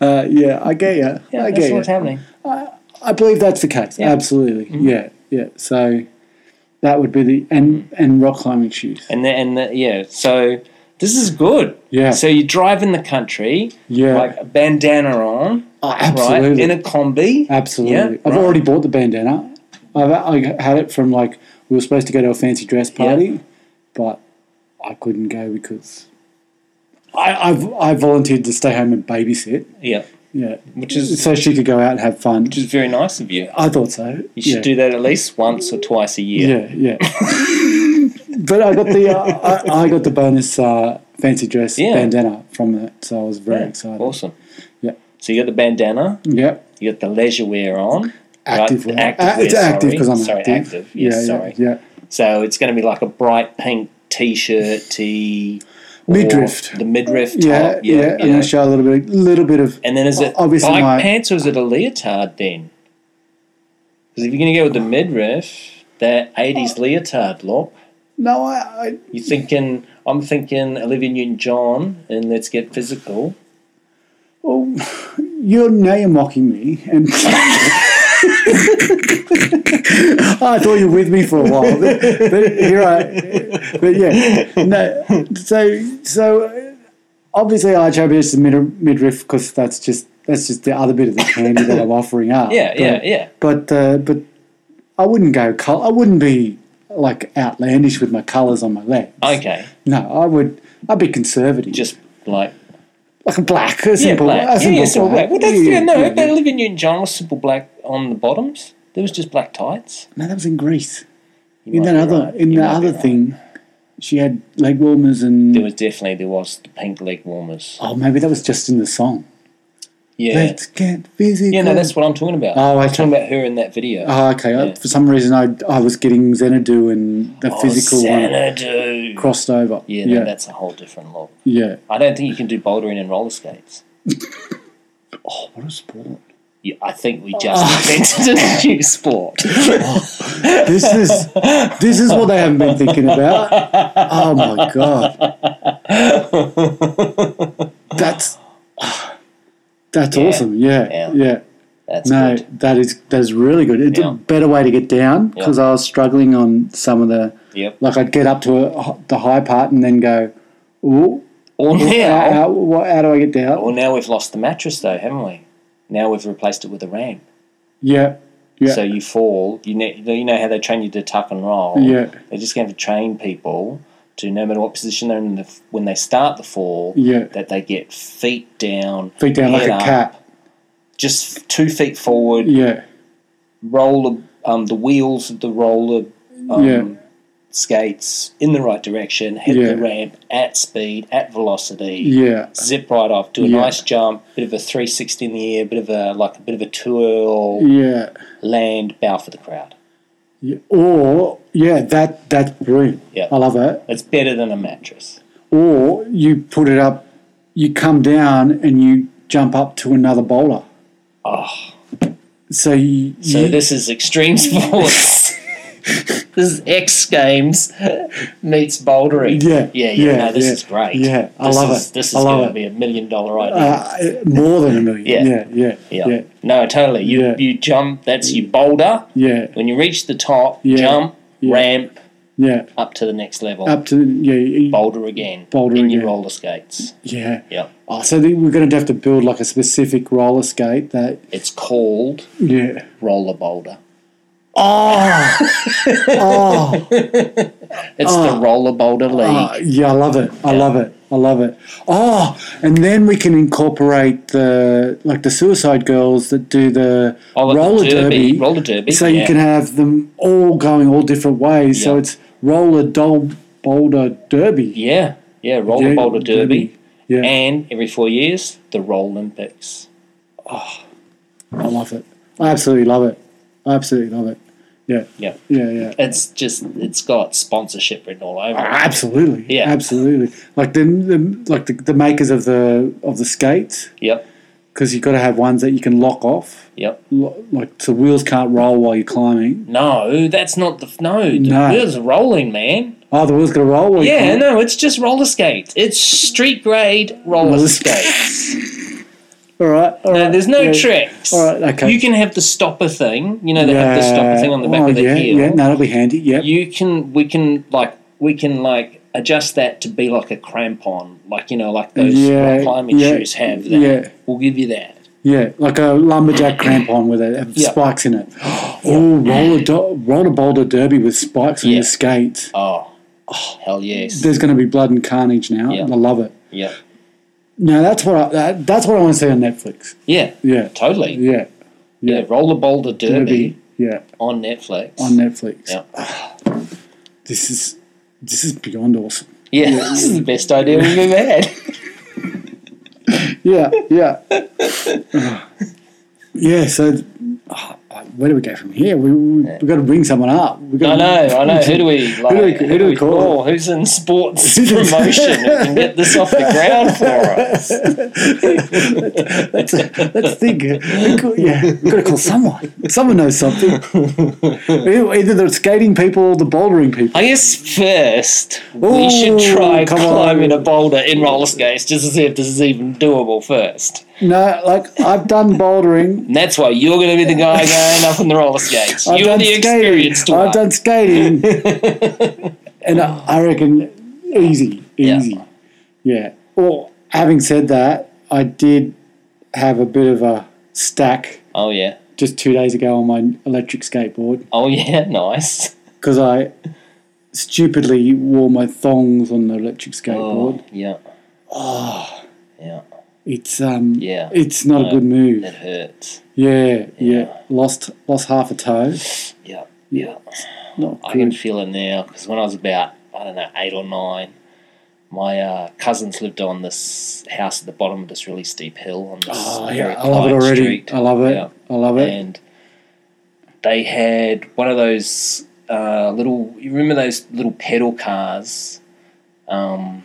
Speaker 4: Uh, yeah, I get you.
Speaker 3: Yeah,
Speaker 4: I
Speaker 3: that's
Speaker 4: get you.
Speaker 3: what's happening.
Speaker 4: I believe that's the case.
Speaker 3: Yeah. Mm-hmm.
Speaker 4: Absolutely. Yeah, yeah. So that would be the and and rock climbing shoes.
Speaker 3: And the, and the, yeah, so this is good.
Speaker 4: Yeah.
Speaker 3: So you drive in the country,
Speaker 4: Yeah.
Speaker 3: like a bandana on,
Speaker 4: Oh,
Speaker 3: right?
Speaker 4: absolutely.
Speaker 3: In a combi.
Speaker 4: absolutely.
Speaker 3: Yeah,
Speaker 4: I've
Speaker 3: right.
Speaker 4: already bought the bandana. I've I had it from like we were supposed to go to a fancy dress party, but I couldn't go because I, I've I volunteered to stay home and babysit.
Speaker 3: Yeah.
Speaker 4: Yeah,
Speaker 3: Which is
Speaker 4: so she could go out and have fun.
Speaker 3: which is very nice of you.
Speaker 4: I thought so.
Speaker 3: You should
Speaker 4: yeah.
Speaker 3: do that at least once or twice a year.
Speaker 4: Yeah, yeah. but I got the uh, I, I got the bonus uh, fancy dress
Speaker 3: Yeah.
Speaker 4: bandana from that, so I was very excited.
Speaker 3: Awesome.
Speaker 4: Yeah.
Speaker 3: So you got the bandana,
Speaker 4: Yep.
Speaker 3: you got the leisure wear on.
Speaker 4: Active
Speaker 3: right?
Speaker 4: wear.
Speaker 3: The Active
Speaker 4: Uh,
Speaker 3: wear,
Speaker 4: it's active because I'm
Speaker 3: sorry,
Speaker 4: active.
Speaker 3: active. Yes,
Speaker 4: yeah,
Speaker 3: sorry.
Speaker 4: Yeah, yeah.
Speaker 3: So it's going to be like a bright pink t-shirt, tee, or
Speaker 4: Midriff.
Speaker 3: the midriff top.
Speaker 4: Yeah, yeah, I'm gonna show a little bit, little bit of.
Speaker 3: And then is it
Speaker 4: Obviously
Speaker 3: bike
Speaker 4: my-
Speaker 3: pants or is it a leotard then? Because if you're going to go with the midriff, that '80s leotard look,
Speaker 4: No, I, I
Speaker 3: you're thinking. I'm thinking Olivia Newton-John and Let's Get Physical.
Speaker 4: well, you're now you're mocking me, and I thought you were with me for a while, but, but here I, but yeah, no. So so obviously I chose the mid, midriff because that's just that's just the other bit of the candy that I'm offering up.
Speaker 3: Yeah,
Speaker 4: but,
Speaker 3: yeah, yeah.
Speaker 4: But uh, but I wouldn't go col- I wouldn't be like outlandish with my colours on my legs.
Speaker 3: Okay,
Speaker 4: No, I would. I'd be conservative.
Speaker 3: just like
Speaker 4: like a black, a
Speaker 3: yeah,
Speaker 4: simple,
Speaker 3: black.
Speaker 4: A
Speaker 3: yeah,
Speaker 4: simple
Speaker 3: yeah, simple black. Well, that's
Speaker 4: Yeah,
Speaker 3: yeah, no.
Speaker 4: yeah,
Speaker 3: but
Speaker 4: yeah.
Speaker 3: Olivia Newton-John was simple black on the bottoms. There was just black tights.
Speaker 4: No, that was in Greece.
Speaker 3: You
Speaker 4: In
Speaker 3: might
Speaker 4: that
Speaker 3: be
Speaker 4: other,
Speaker 3: right.
Speaker 4: in
Speaker 3: You
Speaker 4: the
Speaker 3: might be
Speaker 4: other
Speaker 3: right.
Speaker 4: thing, she had leg warmers and
Speaker 3: There was definitely there was the pink leg warmers.
Speaker 4: oh, maybe that was just in the song.
Speaker 3: Yeah.
Speaker 4: Let's get physical.
Speaker 3: yeah, no, that's what I'm talking about.
Speaker 4: Oh,
Speaker 3: I'm
Speaker 4: okay.
Speaker 3: talking about her in that video.
Speaker 4: Oh, okay. I,
Speaker 3: Yeah.
Speaker 4: for some reason, I I was getting Xanadu and the
Speaker 3: Oh,
Speaker 4: physical one
Speaker 3: Xanadu.
Speaker 4: crossed over.
Speaker 3: Yeah, no,
Speaker 4: yeah,
Speaker 3: that's a whole different look.
Speaker 4: yeah.
Speaker 3: I don't think you can do bouldering and roller skates.
Speaker 4: Oh, what a sport! Oh.
Speaker 3: Yeah, I think we just invented a new sport.
Speaker 4: This is this is what they haven't been thinking about. Oh my god, that's ah, that's awesome.
Speaker 3: yeah.
Speaker 4: yeah. yeah.
Speaker 3: That's
Speaker 4: No,
Speaker 3: good.
Speaker 4: that is that is really good. It's
Speaker 3: Yeah.
Speaker 4: a better way to get down because I was struggling on some of the
Speaker 3: Yep.
Speaker 4: like I'd get up to a, the high part and then go, ooh,
Speaker 3: Or
Speaker 4: how,
Speaker 3: now,
Speaker 4: how, wha- how do I get down?
Speaker 3: well, now we've lost the mattress though, haven't we? Now we've replaced it with a ramp.
Speaker 4: Yeah, yeah,
Speaker 3: So you fall. You know, you know how they train you to tuck and roll.
Speaker 4: Yeah.
Speaker 3: They're just going to train people to no matter what position they're in the, when they start the fall.
Speaker 4: Yeah.
Speaker 3: That they get feet down.
Speaker 4: feet down like
Speaker 3: head
Speaker 4: a
Speaker 3: up,
Speaker 4: cat.
Speaker 3: Just two feet forward.
Speaker 4: Yeah,
Speaker 3: Roller um, the wheels of the roller um,
Speaker 4: yeah,
Speaker 3: skates in the right direction. Hit
Speaker 4: Yeah.
Speaker 3: the ramp at speed at velocity.
Speaker 4: yeah,
Speaker 3: Zip right off. Do a
Speaker 4: Yeah.
Speaker 3: nice jump. Bit of a three sixty in the air. Bit of a like a bit of a twirl.
Speaker 4: yeah,
Speaker 3: Land. Bow for the crowd.
Speaker 4: yeah. Or yeah, that that's brilliant.
Speaker 3: Yeah.
Speaker 4: I love it.
Speaker 3: That's better than a mattress.
Speaker 4: or you put it up, you come down and you jump up to another bowler.
Speaker 3: Oh.
Speaker 4: So you,
Speaker 3: So
Speaker 4: you-
Speaker 3: this is extreme sports. this is X Games meets bouldering.
Speaker 4: Yeah,
Speaker 3: yeah, yeah.
Speaker 4: yeah,
Speaker 3: no, this
Speaker 4: yeah,
Speaker 3: is great.
Speaker 4: yeah. I
Speaker 3: this
Speaker 4: love
Speaker 3: is,
Speaker 4: it.
Speaker 3: This is
Speaker 4: I love
Speaker 3: going to
Speaker 4: it.
Speaker 3: be a million dollar idea.
Speaker 4: uh, more than a million.
Speaker 3: Yeah.
Speaker 4: yeah, yeah,
Speaker 3: yeah.
Speaker 4: yeah,
Speaker 3: no, totally. You
Speaker 4: Yeah.
Speaker 3: you jump. That's you boulder.
Speaker 4: yeah,
Speaker 3: When you reach the top,
Speaker 4: Yeah.
Speaker 3: jump,
Speaker 4: Yeah.
Speaker 3: ramp
Speaker 4: yeah.
Speaker 3: up to the next level,
Speaker 4: Up to yeah, you-
Speaker 3: boulder again,
Speaker 4: Boulder
Speaker 3: in your
Speaker 4: again.
Speaker 3: roller skates.
Speaker 4: yeah.
Speaker 3: Yeah,
Speaker 4: Oh, so then we're going to have to build like a specific roller skate that
Speaker 3: it's called
Speaker 4: yeah.
Speaker 3: roller boulder.
Speaker 4: Oh, oh.
Speaker 3: It's
Speaker 4: Ah.
Speaker 3: the roller boulder league.
Speaker 4: Oh, yeah, I love it. I love it. I love it. Oh, and then we can incorporate the like the Suicide Girls that do the
Speaker 3: Oh, like the
Speaker 4: roller
Speaker 3: derby,
Speaker 4: derby,
Speaker 3: roller derby,
Speaker 4: So
Speaker 3: yeah.
Speaker 4: you can have them all going all different ways. So
Speaker 3: Yeah.
Speaker 4: it's roller doll boulder derby,
Speaker 3: yeah, yeah, roller
Speaker 4: Yeah,
Speaker 3: boulder derby.
Speaker 4: Yeah,
Speaker 3: And every four years, the Roll Olympics.
Speaker 4: I love it. I absolutely love it. I absolutely love it. Yeah,
Speaker 3: Yeah.
Speaker 4: yeah, yeah.
Speaker 3: It's just, it's got sponsorship written all over
Speaker 4: Ah.
Speaker 3: it.
Speaker 4: Absolutely.
Speaker 3: Yeah.
Speaker 4: Absolutely. Like the, the like the, the makers of the of the skates
Speaker 3: Yep,
Speaker 4: because you've got to have ones that you can lock off.
Speaker 3: yep.
Speaker 4: Lo- like so wheels can't roll while you're climbing.
Speaker 3: No, that's not the, no, the
Speaker 4: No.
Speaker 3: wheels are rolling, man.
Speaker 4: Oh, the wheels gonna roll. While
Speaker 3: Yeah,
Speaker 4: you're climbing?
Speaker 3: no, it's just roller skates. It's street grade roller
Speaker 4: Roller
Speaker 3: skates.
Speaker 4: All right. all
Speaker 3: No,
Speaker 4: right,
Speaker 3: there's no
Speaker 4: yeah.
Speaker 3: tricks.
Speaker 4: All right, okay.
Speaker 3: You can have the stopper thing. You know, they have the stopper thing on the back
Speaker 4: oh,
Speaker 3: of the
Speaker 4: yeah,
Speaker 3: heel.
Speaker 4: Yeah, no, that'll be handy. Yeah.
Speaker 3: You can, we can, like, we can, like, adjust that to be like a crampon. Like, you know, like those
Speaker 4: Yeah,
Speaker 3: rock climbing
Speaker 4: yeah,
Speaker 3: shoes have that.
Speaker 4: yeah.
Speaker 3: We'll give you that.
Speaker 4: yeah, like a lumberjack crampon with a, have
Speaker 3: Yeah.
Speaker 4: spikes in it. Oh, roller do- roller boulder derby with spikes on
Speaker 3: Yeah.
Speaker 4: your skates.
Speaker 3: Oh, hell yes.
Speaker 4: There's going to be blood and carnage now.
Speaker 3: Yeah.
Speaker 4: I love it.
Speaker 3: yeah.
Speaker 4: No, that's what I that, that's what I want to see on Netflix.
Speaker 3: Yeah.
Speaker 4: Yeah,
Speaker 3: Totally. Yeah.
Speaker 4: yeah, yeah.
Speaker 3: Roller Boulder Derby,
Speaker 4: Derby. Yeah,
Speaker 3: on Netflix.
Speaker 4: on Netflix.
Speaker 3: Yeah.
Speaker 4: This is this is beyond awesome.
Speaker 3: yeah. This is the best idea we've ever had.
Speaker 4: Yeah, yeah. yeah, so oh, where do we go from here? We, we, We've got to ring someone up. We've
Speaker 3: I
Speaker 4: got
Speaker 3: know. I know. Who do we like?
Speaker 4: Who do we- who do we call?
Speaker 3: Who's in sports promotion? who can get this off the ground for us.
Speaker 4: Let's, let's think. We could- yeah, we've got to call someone. Someone knows something. Either either the skating people or the bouldering people.
Speaker 3: I guess first we
Speaker 4: Ooh,
Speaker 3: should try
Speaker 4: come on.
Speaker 3: climbing a boulder in roller skates just to see if this is even doable first.
Speaker 4: No, like I've done bouldering.
Speaker 3: And that's why you're going to be the guy going up in the roller skates.
Speaker 4: I've
Speaker 3: you're
Speaker 4: done
Speaker 3: the
Speaker 4: skating.
Speaker 3: experienced one.
Speaker 4: I've done skating. and I, I reckon easy,
Speaker 3: Yeah.
Speaker 4: easy. Yeah. Well, having said that, I did have a bit of a stack
Speaker 3: oh yeah.
Speaker 4: just two days ago on my electric skateboard
Speaker 3: Oh yeah. Nice.
Speaker 4: because I stupidly wore my thongs on the electric skateboard.
Speaker 3: Oh,
Speaker 4: Oh,
Speaker 3: yeah. Oh. Yeah.
Speaker 4: It's um,
Speaker 3: Yeah.
Speaker 4: it's not
Speaker 3: No.
Speaker 4: a good move.
Speaker 3: It hurts.
Speaker 4: Yeah, yeah,
Speaker 3: Yeah.
Speaker 4: Lost lost half a toe.
Speaker 3: Yeah. Yeah.
Speaker 4: Not
Speaker 3: I can
Speaker 4: good.
Speaker 3: feel it now because when I was about, I don't know, eight or nine, my uh, cousins lived on this house at the bottom of this really steep hill on this
Speaker 4: Oh,
Speaker 3: very
Speaker 4: yeah, I love it
Speaker 3: tight
Speaker 4: already.
Speaker 3: street.
Speaker 4: I love it.
Speaker 3: Yeah.
Speaker 4: I love it.
Speaker 3: And they had one of those uh, little, you remember those little pedal cars? Um,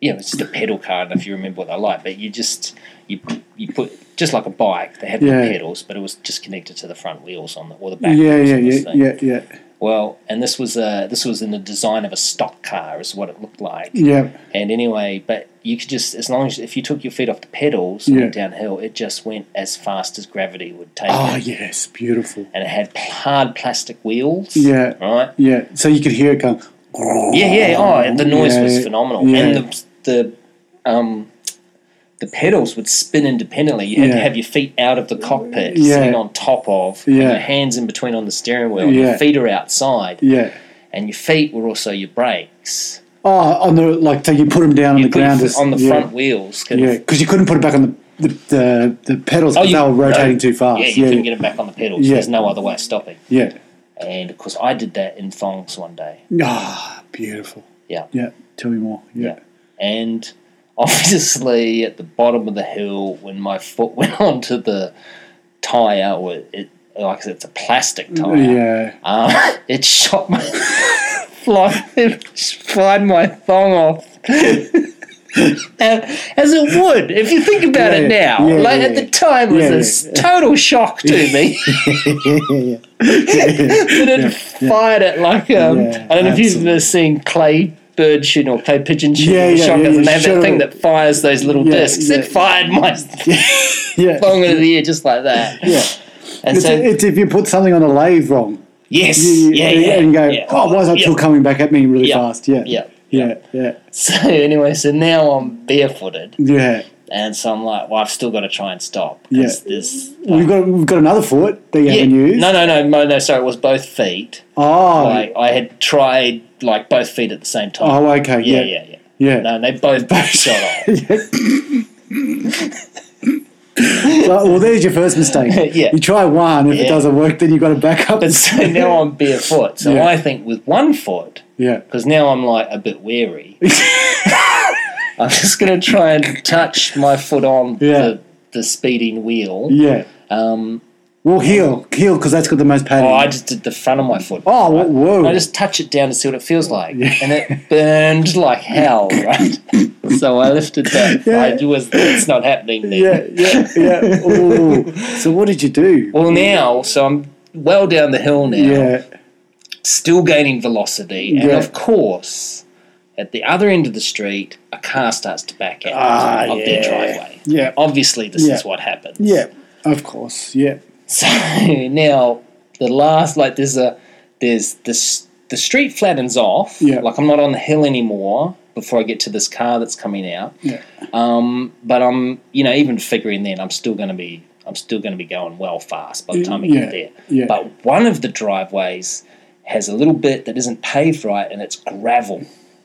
Speaker 3: yeah, it's just a pedal car. I don't know if you remember what they're like, but you just you you put just like a bike. They had the
Speaker 4: Yeah.
Speaker 3: pedals, but it was just connected to the front wheels on the or the back.
Speaker 4: Yeah,
Speaker 3: wheels
Speaker 4: yeah,
Speaker 3: on this
Speaker 4: yeah,
Speaker 3: thing.
Speaker 4: yeah, yeah,
Speaker 3: Well, and this was uh this was in the design of a stock car, is what it looked like.
Speaker 4: yeah.
Speaker 3: And anyway, but you could just as long as if you took your feet off the pedals and
Speaker 4: Yeah.
Speaker 3: went downhill, it just went as fast as gravity would take
Speaker 4: Oh,
Speaker 3: it.
Speaker 4: yes, beautiful.
Speaker 3: And it had pl- hard plastic wheels.
Speaker 4: Yeah. Oh,
Speaker 3: Right.
Speaker 4: Yeah, so you could hear it going.
Speaker 3: Yeah, yeah. Oh, and the noise
Speaker 4: Yeah,
Speaker 3: was
Speaker 4: yeah,
Speaker 3: phenomenal.
Speaker 4: yeah.
Speaker 3: And the the um the pedals would spin independently. You had to
Speaker 4: Yeah.
Speaker 3: have your feet out of the cockpit,
Speaker 4: Yeah.
Speaker 3: sitting on top of, and
Speaker 4: Yeah.
Speaker 3: your hands in between on the steering wheel. and Your
Speaker 4: Yeah.
Speaker 3: feet are outside.
Speaker 4: Yeah.
Speaker 3: and your feet were also your brakes.
Speaker 4: Oh, on the like, so you put them down on
Speaker 3: You
Speaker 4: the
Speaker 3: put your
Speaker 4: ground
Speaker 3: foot
Speaker 4: as-
Speaker 3: on the
Speaker 4: yeah,
Speaker 3: front wheels. 'cause-
Speaker 4: Yeah, because you couldn't put it back on the the, the, the pedals because they were rotating
Speaker 3: no,
Speaker 4: too fast.
Speaker 3: Yeah, you
Speaker 4: yeah,
Speaker 3: couldn't Oh, get them back on the pedals.
Speaker 4: Yeah.
Speaker 3: There's no other way of stopping.
Speaker 4: yeah.
Speaker 3: And of course, I did that in thongs one day.
Speaker 4: Ah, beautiful.
Speaker 3: Yeah.
Speaker 4: Yeah. Tell me more. Yeah.
Speaker 3: And obviously, at the bottom of the hill, when my foot went onto the tire, or it like I said, it's a plastic
Speaker 4: Yeah.
Speaker 3: tire. Um, it shot my fly, find my thong off. As it would, if you think about it
Speaker 4: Yeah,
Speaker 3: now.
Speaker 4: yeah,
Speaker 3: like
Speaker 4: yeah,
Speaker 3: at the time, it
Speaker 4: yeah.
Speaker 3: was a total shock to me
Speaker 4: yeah,
Speaker 3: that it fired it like um.
Speaker 4: Yeah,
Speaker 3: I don't know if you've
Speaker 4: absolutely.
Speaker 3: ever seen clay bird shooting or clay pigeon shooting.
Speaker 4: Yeah,
Speaker 3: or
Speaker 4: yeah,
Speaker 3: shotguns,
Speaker 4: yeah,
Speaker 3: and they have that
Speaker 4: sure.
Speaker 3: thing that fires those little
Speaker 4: Yeah,
Speaker 3: discs.
Speaker 4: yeah.
Speaker 3: It fired my
Speaker 4: yeah.
Speaker 3: thong into the air just like that.
Speaker 4: yeah.
Speaker 3: And
Speaker 4: It's,
Speaker 3: so
Speaker 4: it's if you put something on a lathe wrong.
Speaker 3: yes,
Speaker 4: You-
Speaker 3: yeah,
Speaker 4: and,
Speaker 3: yeah,
Speaker 4: and you go,
Speaker 3: yeah.
Speaker 4: oh, why is that
Speaker 3: Yeah.
Speaker 4: tool coming back at me really
Speaker 3: Yeah.
Speaker 4: fast? Yeah.
Speaker 3: Yeah.
Speaker 4: Yeah. Yeah.
Speaker 3: So anyway, so now I'm barefooted,
Speaker 4: Yeah.
Speaker 3: and so I'm like, well, I've still got to try and stop.
Speaker 4: Yeah.
Speaker 3: Yes, This,
Speaker 4: We've got we've got another foot that you
Speaker 3: yeah,
Speaker 4: haven't used.
Speaker 3: no, no, no, no, no. Sorry, it was both feet.
Speaker 4: Oh.
Speaker 3: Like I had tried like both feet at the same time.
Speaker 4: oh. Okay.
Speaker 3: yeah,
Speaker 4: Yeah.
Speaker 3: yeah, yeah.
Speaker 4: Yeah.
Speaker 3: No, and they both shot off.
Speaker 4: Well, well, there's your first mistake.
Speaker 3: Yeah.
Speaker 4: You try one. If
Speaker 3: Yeah.
Speaker 4: it doesn't work, then you got to back up.
Speaker 3: But so now I'm barefoot. So
Speaker 4: Yeah.
Speaker 3: I think with one foot,
Speaker 4: yeah.
Speaker 3: because now I'm like a bit wary. I'm just gonna try and touch my foot on
Speaker 4: Yeah.
Speaker 3: the, the speeding wheel.
Speaker 4: Yeah.
Speaker 3: Um,
Speaker 4: Well, heel, heel, because that's got the most padding.
Speaker 3: oh, I just did the front of my foot.
Speaker 4: Oh, wha- whoa.
Speaker 3: I just touch it down to see what it feels like, and it burned like hell, right? so I lifted that.
Speaker 4: Yeah.
Speaker 3: I was, it's not happening. Then.
Speaker 4: yeah, yeah, yeah. Ooh. So what did you do?
Speaker 3: Well, now, so I'm well down the hill now,
Speaker 4: yeah,
Speaker 3: still gaining velocity, and
Speaker 4: Yeah.
Speaker 3: of course, at the other end of the street, a car starts to back out
Speaker 4: Ah,
Speaker 3: of
Speaker 4: yeah.
Speaker 3: their driveway.
Speaker 4: yeah,
Speaker 3: Obviously, this
Speaker 4: Yeah.
Speaker 3: is what happens.
Speaker 4: yeah. Of course, yeah,
Speaker 3: So now the last like there's a there's this the street flattens off.
Speaker 4: Yeah.
Speaker 3: Like I'm not on the hill anymore before I get to this car that's coming out.
Speaker 4: yeah,
Speaker 3: Um, but I'm you know even figuring then I'm still going to be I'm still going to be going well fast by the time I get
Speaker 4: Yeah,
Speaker 3: there.
Speaker 4: yeah.
Speaker 3: But one of the driveways has a little bit that isn't paved right and it's gravel.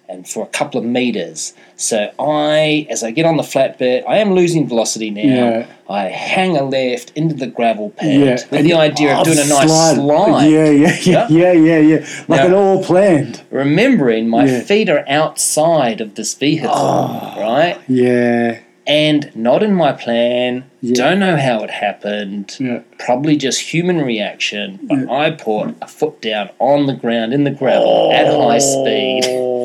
Speaker 3: And for a couple of meters, so I, as I get on the flat bit, I am losing velocity now.
Speaker 4: Yeah.
Speaker 3: I hang a left into the gravel pad
Speaker 4: yeah.
Speaker 3: with the idea
Speaker 4: Oh,
Speaker 3: of doing a nice slide.
Speaker 4: Yeah, yeah, yeah, yeah, yeah, yeah. Like
Speaker 3: Yeah.
Speaker 4: an all planned.
Speaker 3: Remembering my
Speaker 4: Yeah. Oh.
Speaker 3: feet are outside of this vehicle, right?
Speaker 4: Yeah,
Speaker 3: and not in my plan.
Speaker 4: Yeah.
Speaker 3: Don't know how it happened.
Speaker 4: Yeah.
Speaker 3: Probably just human reaction. But I put a foot down on the ground in the gravel at
Speaker 4: Oh.
Speaker 3: high speed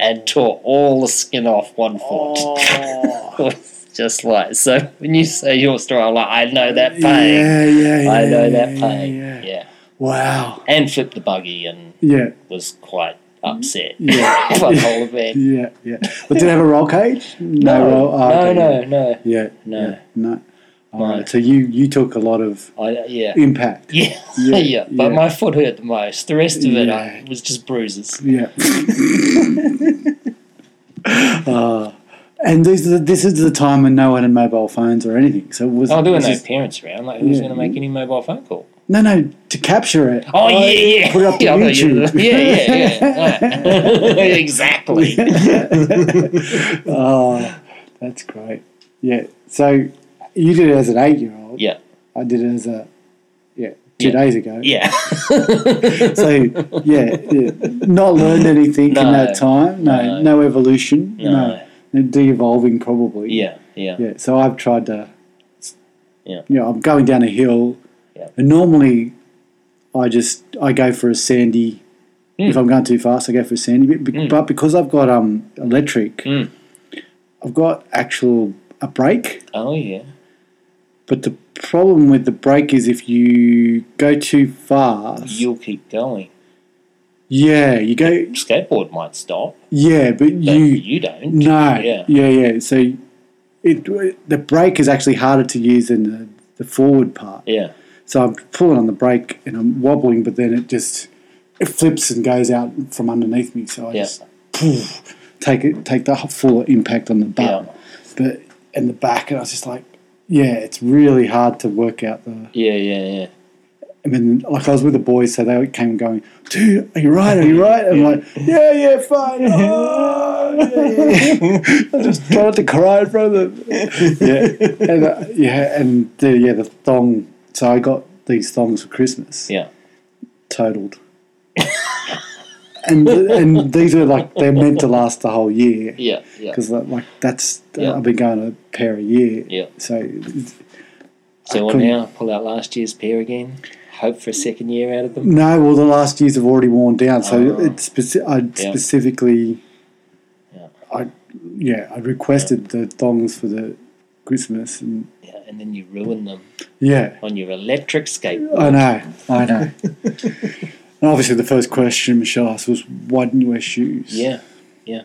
Speaker 3: and tore all the skin off one
Speaker 4: Oh.
Speaker 3: foot. just like so. When you say your story, I'm like, I know that pain.
Speaker 4: yeah, yeah, yeah.
Speaker 3: I know
Speaker 4: yeah,
Speaker 3: that
Speaker 4: yeah,
Speaker 3: pain.
Speaker 4: Yeah,
Speaker 3: Yeah,
Speaker 4: Wow.
Speaker 3: and flipped the buggy and
Speaker 4: Yeah,
Speaker 3: was quite upset.
Speaker 4: Yeah.
Speaker 3: by the whole event.
Speaker 4: yeah, yeah. But did it have a roll cage? No,
Speaker 3: No,
Speaker 4: roll. oh,
Speaker 3: no,
Speaker 4: okay,
Speaker 3: no, no.
Speaker 4: Yeah,
Speaker 3: No.
Speaker 4: yeah, no. All
Speaker 3: No.
Speaker 4: right. So you you took a lot of
Speaker 3: I, yeah.
Speaker 4: impact.
Speaker 3: Yeah,
Speaker 4: Yeah,
Speaker 3: yeah,
Speaker 4: yeah.
Speaker 3: But my foot hurt the most. The rest of it
Speaker 4: Yeah.
Speaker 3: I, was just bruises.
Speaker 4: Yeah. uh, and this is, the, this is the time when no one had mobile phones or anything. So it was.
Speaker 3: Oh, there were
Speaker 4: was
Speaker 3: no
Speaker 4: just-
Speaker 3: parents around. Like, who's
Speaker 4: Yeah.
Speaker 3: going to make any mobile phone call?
Speaker 4: no, no, to capture it.
Speaker 3: Oh, yeah, yeah.
Speaker 4: Put it up to
Speaker 3: yeah, I thought you-
Speaker 4: YouTube.
Speaker 3: Yeah, yeah, yeah. yeah. exactly.
Speaker 4: Oh, that's great. Yeah. So you did it as an eight year old.
Speaker 3: Yeah,
Speaker 4: I did it as a. Yeah. Two
Speaker 3: Yeah.
Speaker 4: days ago.
Speaker 3: yeah.
Speaker 4: So yeah, yeah, not learned anything in
Speaker 3: No.
Speaker 4: that time. No, no,
Speaker 3: No.
Speaker 4: evolution.
Speaker 3: No.
Speaker 4: No, no de-evolving probably.
Speaker 3: Yeah, yeah.
Speaker 4: Yeah, so I've tried to.
Speaker 3: Yeah.
Speaker 4: You know, I'm going down a hill,
Speaker 3: Yeah.
Speaker 4: and normally, I just I go for a sandy.
Speaker 3: Hmm.
Speaker 4: If I'm going too fast, I go for a sandy bit. Be- But because I've got um electric,
Speaker 3: Mm.
Speaker 4: I've got actual a brake.
Speaker 3: Oh, yeah.
Speaker 4: But the problem with the brake is if you go too fast,
Speaker 3: You'll keep going.
Speaker 4: yeah, you go
Speaker 3: Skateboard might stop,
Speaker 4: yeah, but
Speaker 3: but
Speaker 4: you
Speaker 3: you, don't.
Speaker 4: No. Yeah.
Speaker 3: Yeah.
Speaker 4: Yeah. So it the brake is actually harder to use than the, the forward part.
Speaker 3: Yeah,
Speaker 4: So I'm pulling on the brake and I'm wobbling, but then it just it flips and goes out from underneath me. So I
Speaker 3: Yeah.
Speaker 4: just poof, take it, take the full impact on the butt,
Speaker 3: Yeah.
Speaker 4: but and the back, and I was just like, yeah, it's really hard to work out the.
Speaker 3: yeah, yeah, yeah.
Speaker 4: I mean, like I was with the boys, so they came going, dude, are you right? Are you right? I'm like, yeah, yeah, fine. Oh, yeah, yeah." I just tried to cry in front of them. Yeah, and uh, yeah, and the, yeah, the thong. So I got these thongs for Christmas,
Speaker 3: Yeah.
Speaker 4: totaled. and and these were like they're meant to last the whole year
Speaker 3: Yeah, yeah.
Speaker 4: because like that's uh,
Speaker 3: Yeah.
Speaker 4: I've been going a pair a year.
Speaker 3: Yeah.
Speaker 4: So it's-
Speaker 3: So what
Speaker 4: couldn't-
Speaker 3: now? Pull out last year's pair again? hope for a second year out of them?
Speaker 4: No, well, the last years have already worn down, so
Speaker 3: Oh.
Speaker 4: it's speci- I would
Speaker 3: Yeah.
Speaker 4: specifically,
Speaker 3: Yeah.
Speaker 4: I yeah, I requested the thongs for the Christmas, and
Speaker 3: Yeah, and then you ruin them
Speaker 4: yeah,
Speaker 3: on your electric skateboard.
Speaker 4: I know, I know. and obviously, the first question Michelle asked was, "Why didn't you wear shoes?"
Speaker 3: Yeah, yeah.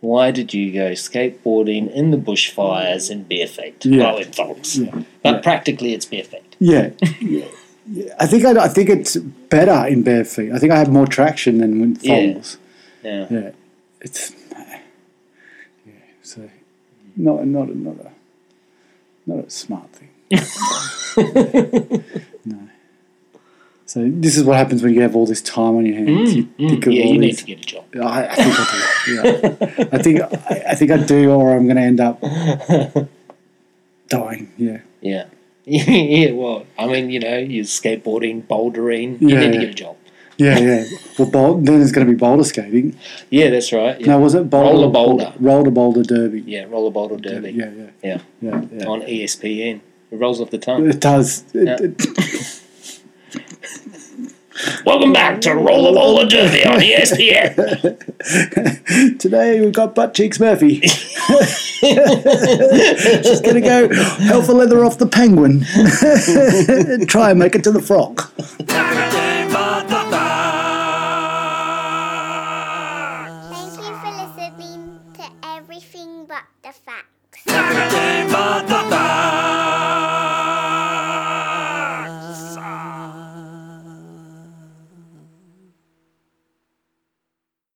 Speaker 3: Why did you go skateboarding in the bushfires in barefoot?
Speaker 4: Yeah.
Speaker 3: Well, in thongs.
Speaker 4: Yeah.
Speaker 3: But practically, it's barefoot.
Speaker 4: yeah. Yeah. I think I, I think it's better in bare feet. I think I have more traction than with
Speaker 3: Yeah.
Speaker 4: thongs.
Speaker 3: Yeah.
Speaker 4: Yeah, it's yeah. So not not a, not a not a smart thing. no. So this is what happens when you have all this time on your hands. you think
Speaker 3: Mm, hmm,
Speaker 4: of
Speaker 3: Yeah,
Speaker 4: all
Speaker 3: you need
Speaker 4: these.
Speaker 3: to get a job.
Speaker 4: I, I think I do. Yeah. I think I, I think I do, or I'm going to end up dying. Yeah.
Speaker 3: Yeah. yeah, well, I mean, you know, you're skateboarding, bouldering, you
Speaker 4: Yeah,
Speaker 3: need to
Speaker 4: yeah.
Speaker 3: get a job.
Speaker 4: Yeah, yeah. Well, bol- then it's going to be boulder skating.
Speaker 3: Yeah, that's right. Yeah,
Speaker 4: No, was it boulder?
Speaker 3: Roller boulder.
Speaker 4: Roller boulder derby.
Speaker 3: yeah roller boulder derby.
Speaker 4: Yeah, yeah,
Speaker 3: yeah.
Speaker 4: yeah. yeah.
Speaker 3: on E ESPN. It rolls off the tongue.
Speaker 4: It does. It,
Speaker 3: Yeah.
Speaker 4: it,
Speaker 3: Welcome back to Roller Roller Derby on E ESPN.
Speaker 4: Today we've got butt cheeks Murphy. She's gonna go help the leather off the penguin. Try and make it to the frog.
Speaker 1: Thank you for listening to everything but the facts.
Speaker 2: Everything but the